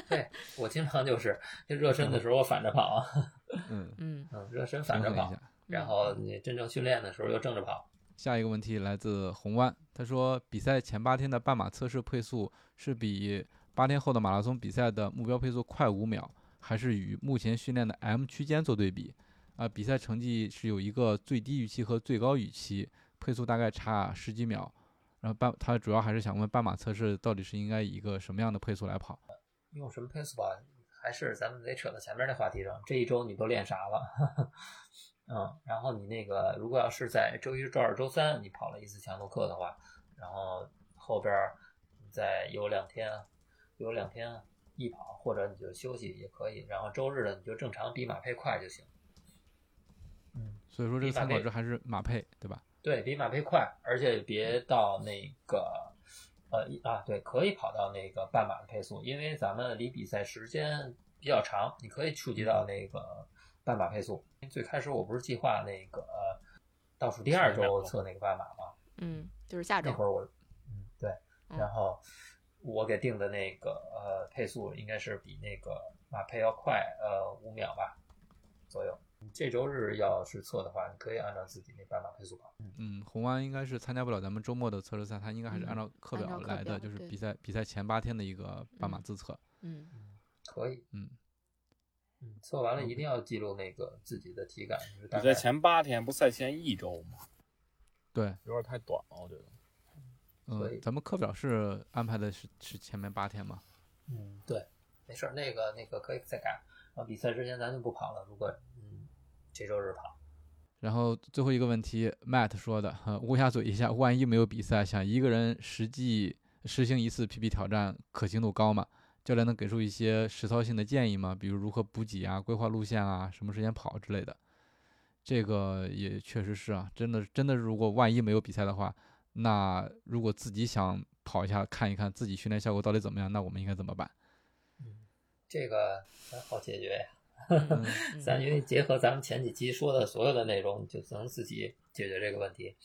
[SPEAKER 3] 对我经常就是就热身的时候我反着跑，啊
[SPEAKER 1] 嗯，
[SPEAKER 2] 嗯，
[SPEAKER 3] 嗯，热身反
[SPEAKER 1] 平
[SPEAKER 3] 着
[SPEAKER 1] 衡一
[SPEAKER 3] 跑，
[SPEAKER 1] 下。
[SPEAKER 3] 然
[SPEAKER 2] 嗯
[SPEAKER 3] 后你真正训练的时候又正着跑。
[SPEAKER 1] 下一个问题来自红湾，他说比赛前八天的半马测试配速是比八天后的马拉松比赛的目标配速快五秒，还是与目前训练的 M 区间做对比？啊，比赛成绩是有一个最低预期和最高预期，配速大概差十几秒。然后半，他主要还是想问半马测试到底是应该以一个什么样的配速来跑？
[SPEAKER 3] 用什么配速吧？还是咱们得扯到前面那话题上。这一周你都练啥了？ 嗯，然后你那个如果要是在周一、周二、周三你跑了一次强度课的话，然后后边儿你再有两天，有两天一跑，或者你就休息也可以。然后周日的你就正常比马配快就行。嗯，
[SPEAKER 1] 所以说这个
[SPEAKER 3] 比马
[SPEAKER 1] 参考
[SPEAKER 3] 配
[SPEAKER 1] 值还是马配，对吧？
[SPEAKER 3] 对比马配快，而且别到那个呃一啊，对，可以跑到那个半马的配速，因为咱们离比赛时间比较长，你可以触及到那个半马配速。最开始我不是计划那个呃倒数第二周测那个半马吗？
[SPEAKER 2] 嗯，就是下周
[SPEAKER 3] 那会儿我，嗯，对，
[SPEAKER 2] 嗯
[SPEAKER 3] 然后我给定的那个呃配速应该是比那个马配要快呃五秒吧左右。这周日要是测的话，你可以按照自己那半马配速跑。
[SPEAKER 1] 嗯，红湾应该是参加不了咱们周末的测试赛，他应该还是按照课
[SPEAKER 2] 嗯按
[SPEAKER 1] 表
[SPEAKER 2] 照课
[SPEAKER 1] 来的，
[SPEAKER 2] 表
[SPEAKER 1] 就是
[SPEAKER 2] 对
[SPEAKER 1] 比赛比赛前八天的一个半马
[SPEAKER 2] 嗯
[SPEAKER 1] 自测。
[SPEAKER 2] 嗯
[SPEAKER 3] 可以，
[SPEAKER 1] 嗯
[SPEAKER 3] 嗯，测完了一定要记录那个自己的体感，就是大
[SPEAKER 4] 比
[SPEAKER 3] 概
[SPEAKER 4] 赛前八天不赛前一周吗？
[SPEAKER 1] 对，
[SPEAKER 4] 有点太短了，我觉得。
[SPEAKER 3] 所
[SPEAKER 1] 嗯，
[SPEAKER 3] 以
[SPEAKER 1] 咱们课表是安排的是是前面八天嘛？
[SPEAKER 3] 嗯，对，没事儿，那个那个可以再改。然后比赛之前咱就不跑了，如果嗯这周日跑，
[SPEAKER 1] 然后最后一个问题，Matt 说的，呃乌鸦嘴一下，万一没有比赛，想一个人实际实行一次 PB 挑战，可行度高吗？教练能给出一些实操性的建议吗？比如如何补给啊、规划路线啊、什么时间跑之类的。这个也确实是啊，真的真的，如果万一没有比赛的话，那如果自己想跑一下看一看自己训练效果到底怎么样，那我们应该怎么办？
[SPEAKER 3] 这个很好解决呀。
[SPEAKER 2] 嗯
[SPEAKER 3] 咱
[SPEAKER 2] 嗯
[SPEAKER 3] 因为结合咱们前几期说的所有的内容，你就能自己解决这个问题。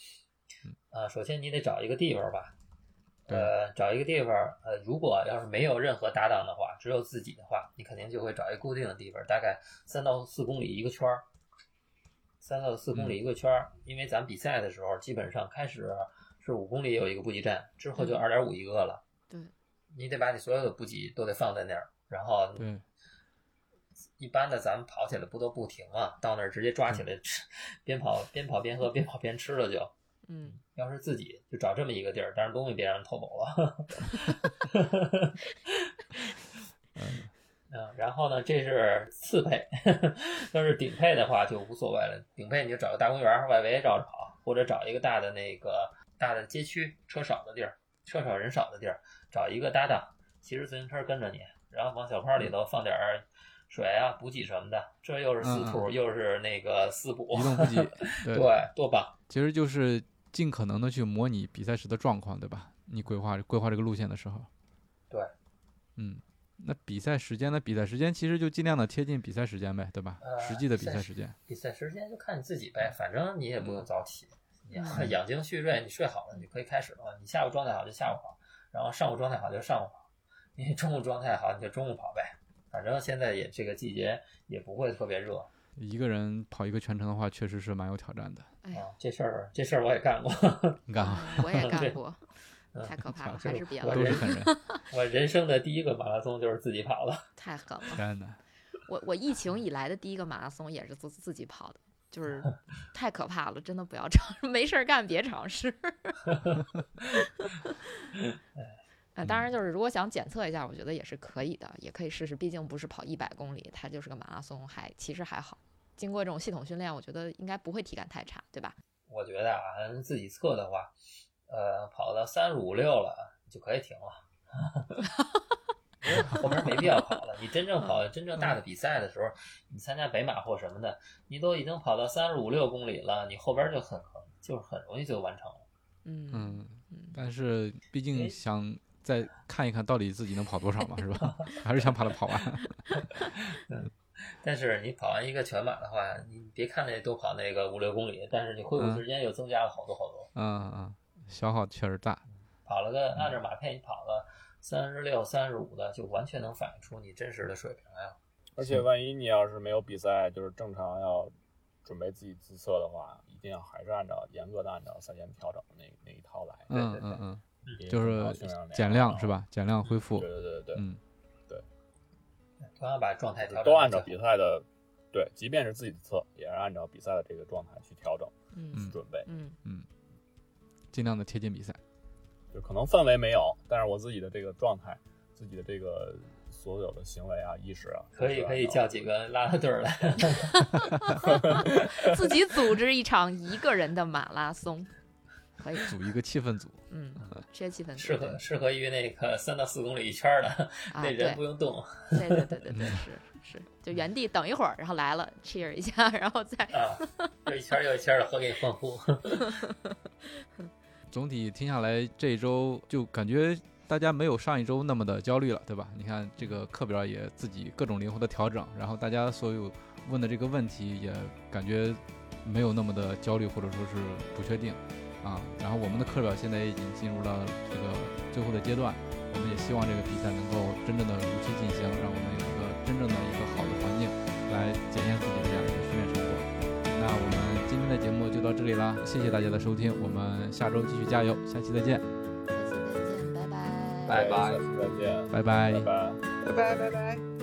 [SPEAKER 2] 嗯
[SPEAKER 3] 啊，首先你得找一个地方吧，
[SPEAKER 1] 对
[SPEAKER 3] 呃，找一个地方，呃，如果要是没有任何搭档的话，只有自己的话，你肯定就会找一个固定的地方，大概三到四公里一个圈儿，三到四
[SPEAKER 2] 嗯
[SPEAKER 3] 公里一个圈儿。因为咱比赛的时候，基本上开始是五公里有一个补给站，之后就
[SPEAKER 2] 嗯
[SPEAKER 3] 二点五一个了。
[SPEAKER 2] 对，嗯
[SPEAKER 3] 你得把你所有的补给都得放在那儿，然后
[SPEAKER 1] 对，
[SPEAKER 3] 一般的咱们跑起来不都不停嘛，到那儿直接抓起来吃， 边跑边跑边喝，边跑边吃了就。
[SPEAKER 2] 嗯，
[SPEAKER 3] 要是自己就找这么一个地儿，但是东西别让人偷走了。 嗯，然后呢，这是次配， 要是顶配的话就无所谓了。顶配你就找个大公园儿外围绕着跑，或者找一个大的那个大的街区，车少的地儿，车少人少的地儿，找一个搭档，骑着自行车跟着你，然后往小筐里头放点儿水啊、补给什么的。这又是私
[SPEAKER 1] 嗯
[SPEAKER 3] 处，又是那个私补，，
[SPEAKER 1] 移动补给对
[SPEAKER 3] 对，多棒！
[SPEAKER 1] 其实就是尽可能的去模拟比赛时的状况，对吧？你规划规划这个路线的时候，
[SPEAKER 3] 对，
[SPEAKER 1] 嗯，那比赛时间呢？比赛时间其实就尽量的贴近比赛时间呗，对吧？
[SPEAKER 3] 呃
[SPEAKER 1] 实际的比
[SPEAKER 3] 赛
[SPEAKER 1] 赛
[SPEAKER 3] 时
[SPEAKER 1] 时间，
[SPEAKER 3] 比赛时间就看你自己呗，反正你也不用早起，你
[SPEAKER 2] 嗯
[SPEAKER 3] 要养精蓄锐，你睡好了你就可以开始了。你下午状态好就下午跑，然后上午状态好就上午跑，你中午状态好你就中午跑呗。反正现在也这个季节也不会特别热啊、
[SPEAKER 1] 一个人跑一个全程的话，确实是蛮有挑战的。
[SPEAKER 2] 哎呀，
[SPEAKER 3] 这事儿这事儿我也干过，
[SPEAKER 1] 你看啊，
[SPEAKER 2] 我也
[SPEAKER 3] 啊对
[SPEAKER 2] 干过，
[SPEAKER 3] 嗯
[SPEAKER 2] 太可怕了，
[SPEAKER 3] 这
[SPEAKER 2] 还
[SPEAKER 3] 个
[SPEAKER 2] 是别
[SPEAKER 3] 我
[SPEAKER 2] 了
[SPEAKER 1] 都，是狠人，
[SPEAKER 3] 我人生的第一个马拉松就是自己跑了。
[SPEAKER 2] 太狠了。
[SPEAKER 1] 天 呐，
[SPEAKER 2] 我我疫情以来的第一个马拉松也是自自己跑的，就是 太可怕了，真的不要尝，没事儿干别尝 试。啊，当然就是如果想检测一下，我觉得也是可以的，也可以试试，毕竟不是跑一百公里，它就是个马拉松，还其实还好。经过这种系统训练，我觉得应该不会体感太差，对吧？
[SPEAKER 3] 我觉得啊，自己测的话，呃，跑到三十五六了你就可以停了。 后面没必要跑了。你真正跑真正大的比赛的时候，你参加北马或什么的，你都已经跑到三十五六公里了，你后边就很就是很容易就完成了。
[SPEAKER 2] 嗯
[SPEAKER 1] 嗯，
[SPEAKER 2] 嗯
[SPEAKER 1] 但是毕竟
[SPEAKER 3] 哎
[SPEAKER 1] 想再看一看到底自己能跑多少嘛，是吧？ 还是想把它跑完。
[SPEAKER 3] 但是你跑完一个全马的话，你别看那多跑那个五六公里，但是你恢复时间又增加了好多好多。
[SPEAKER 1] 嗯嗯，消耗确实大。
[SPEAKER 3] 跑了个按照马配，你跑了三十六、三十五的，就完全能反映出你真实的水平来了。
[SPEAKER 4] 而且万一你要是没有比赛，就是正常要准备自己自测的话，一定要还是按照严格的按照赛前调整的那那一套来。
[SPEAKER 1] 嗯
[SPEAKER 3] 对对
[SPEAKER 1] 嗯嗯，
[SPEAKER 4] 也
[SPEAKER 1] 就
[SPEAKER 4] 不要
[SPEAKER 1] 是
[SPEAKER 4] 尽量那
[SPEAKER 1] 减
[SPEAKER 4] 样
[SPEAKER 1] 量
[SPEAKER 4] 啊
[SPEAKER 1] 是？吧？减量恢复
[SPEAKER 4] 对。对对对对，
[SPEAKER 1] 嗯，
[SPEAKER 3] 同样把状态调整
[SPEAKER 4] 都按
[SPEAKER 3] 到
[SPEAKER 4] 照
[SPEAKER 3] 最好
[SPEAKER 4] 比赛的，对，即便是自己的测，也是按照比赛的这个状态去调整、
[SPEAKER 2] 嗯
[SPEAKER 4] 去准备。
[SPEAKER 2] 嗯
[SPEAKER 1] 尽量的贴近比赛。
[SPEAKER 4] 就可能氛围没有，但是我自己的这个状态，自己的这个所有的行为啊、意识啊，
[SPEAKER 3] 可以可以叫几个拉拉队儿来。
[SPEAKER 2] 嗯自己组织一场一个人的马拉松，可以，
[SPEAKER 1] 组一个气氛组，
[SPEAKER 2] 嗯，世界气氛
[SPEAKER 3] 适合适合于那个三到四公里一圈儿的，
[SPEAKER 2] 啊，
[SPEAKER 3] 那
[SPEAKER 2] 对
[SPEAKER 3] 人不用动。
[SPEAKER 2] 对对对对对，是是，就原地等一会儿，然后来了 cheer 一下，然后再
[SPEAKER 3] 啊，又一圈儿又一圈的，和给你欢呼。
[SPEAKER 1] 总体听下来，这一周就感觉大家没有上一周那么的焦虑了，对吧？你看这个课表也自己各种灵活的调整，然后大家所有问的这个问题也感觉没有那么的焦虑或者说是不确定啊。然后我们的课表现在已经进入了这个最后的阶段，我们也希望这个比赛能够真正的如期进行，让我们有一个真正的一个好的环境来检验自己的这样一个训练成果。那我们今天的节目就到这里啦，谢谢大家的收听，我们下周继续加油，下期再见，
[SPEAKER 2] 下期再见，拜拜。
[SPEAKER 3] 拜拜
[SPEAKER 4] 下次再见，
[SPEAKER 1] 拜拜
[SPEAKER 4] 拜拜。
[SPEAKER 6] 拜拜拜拜。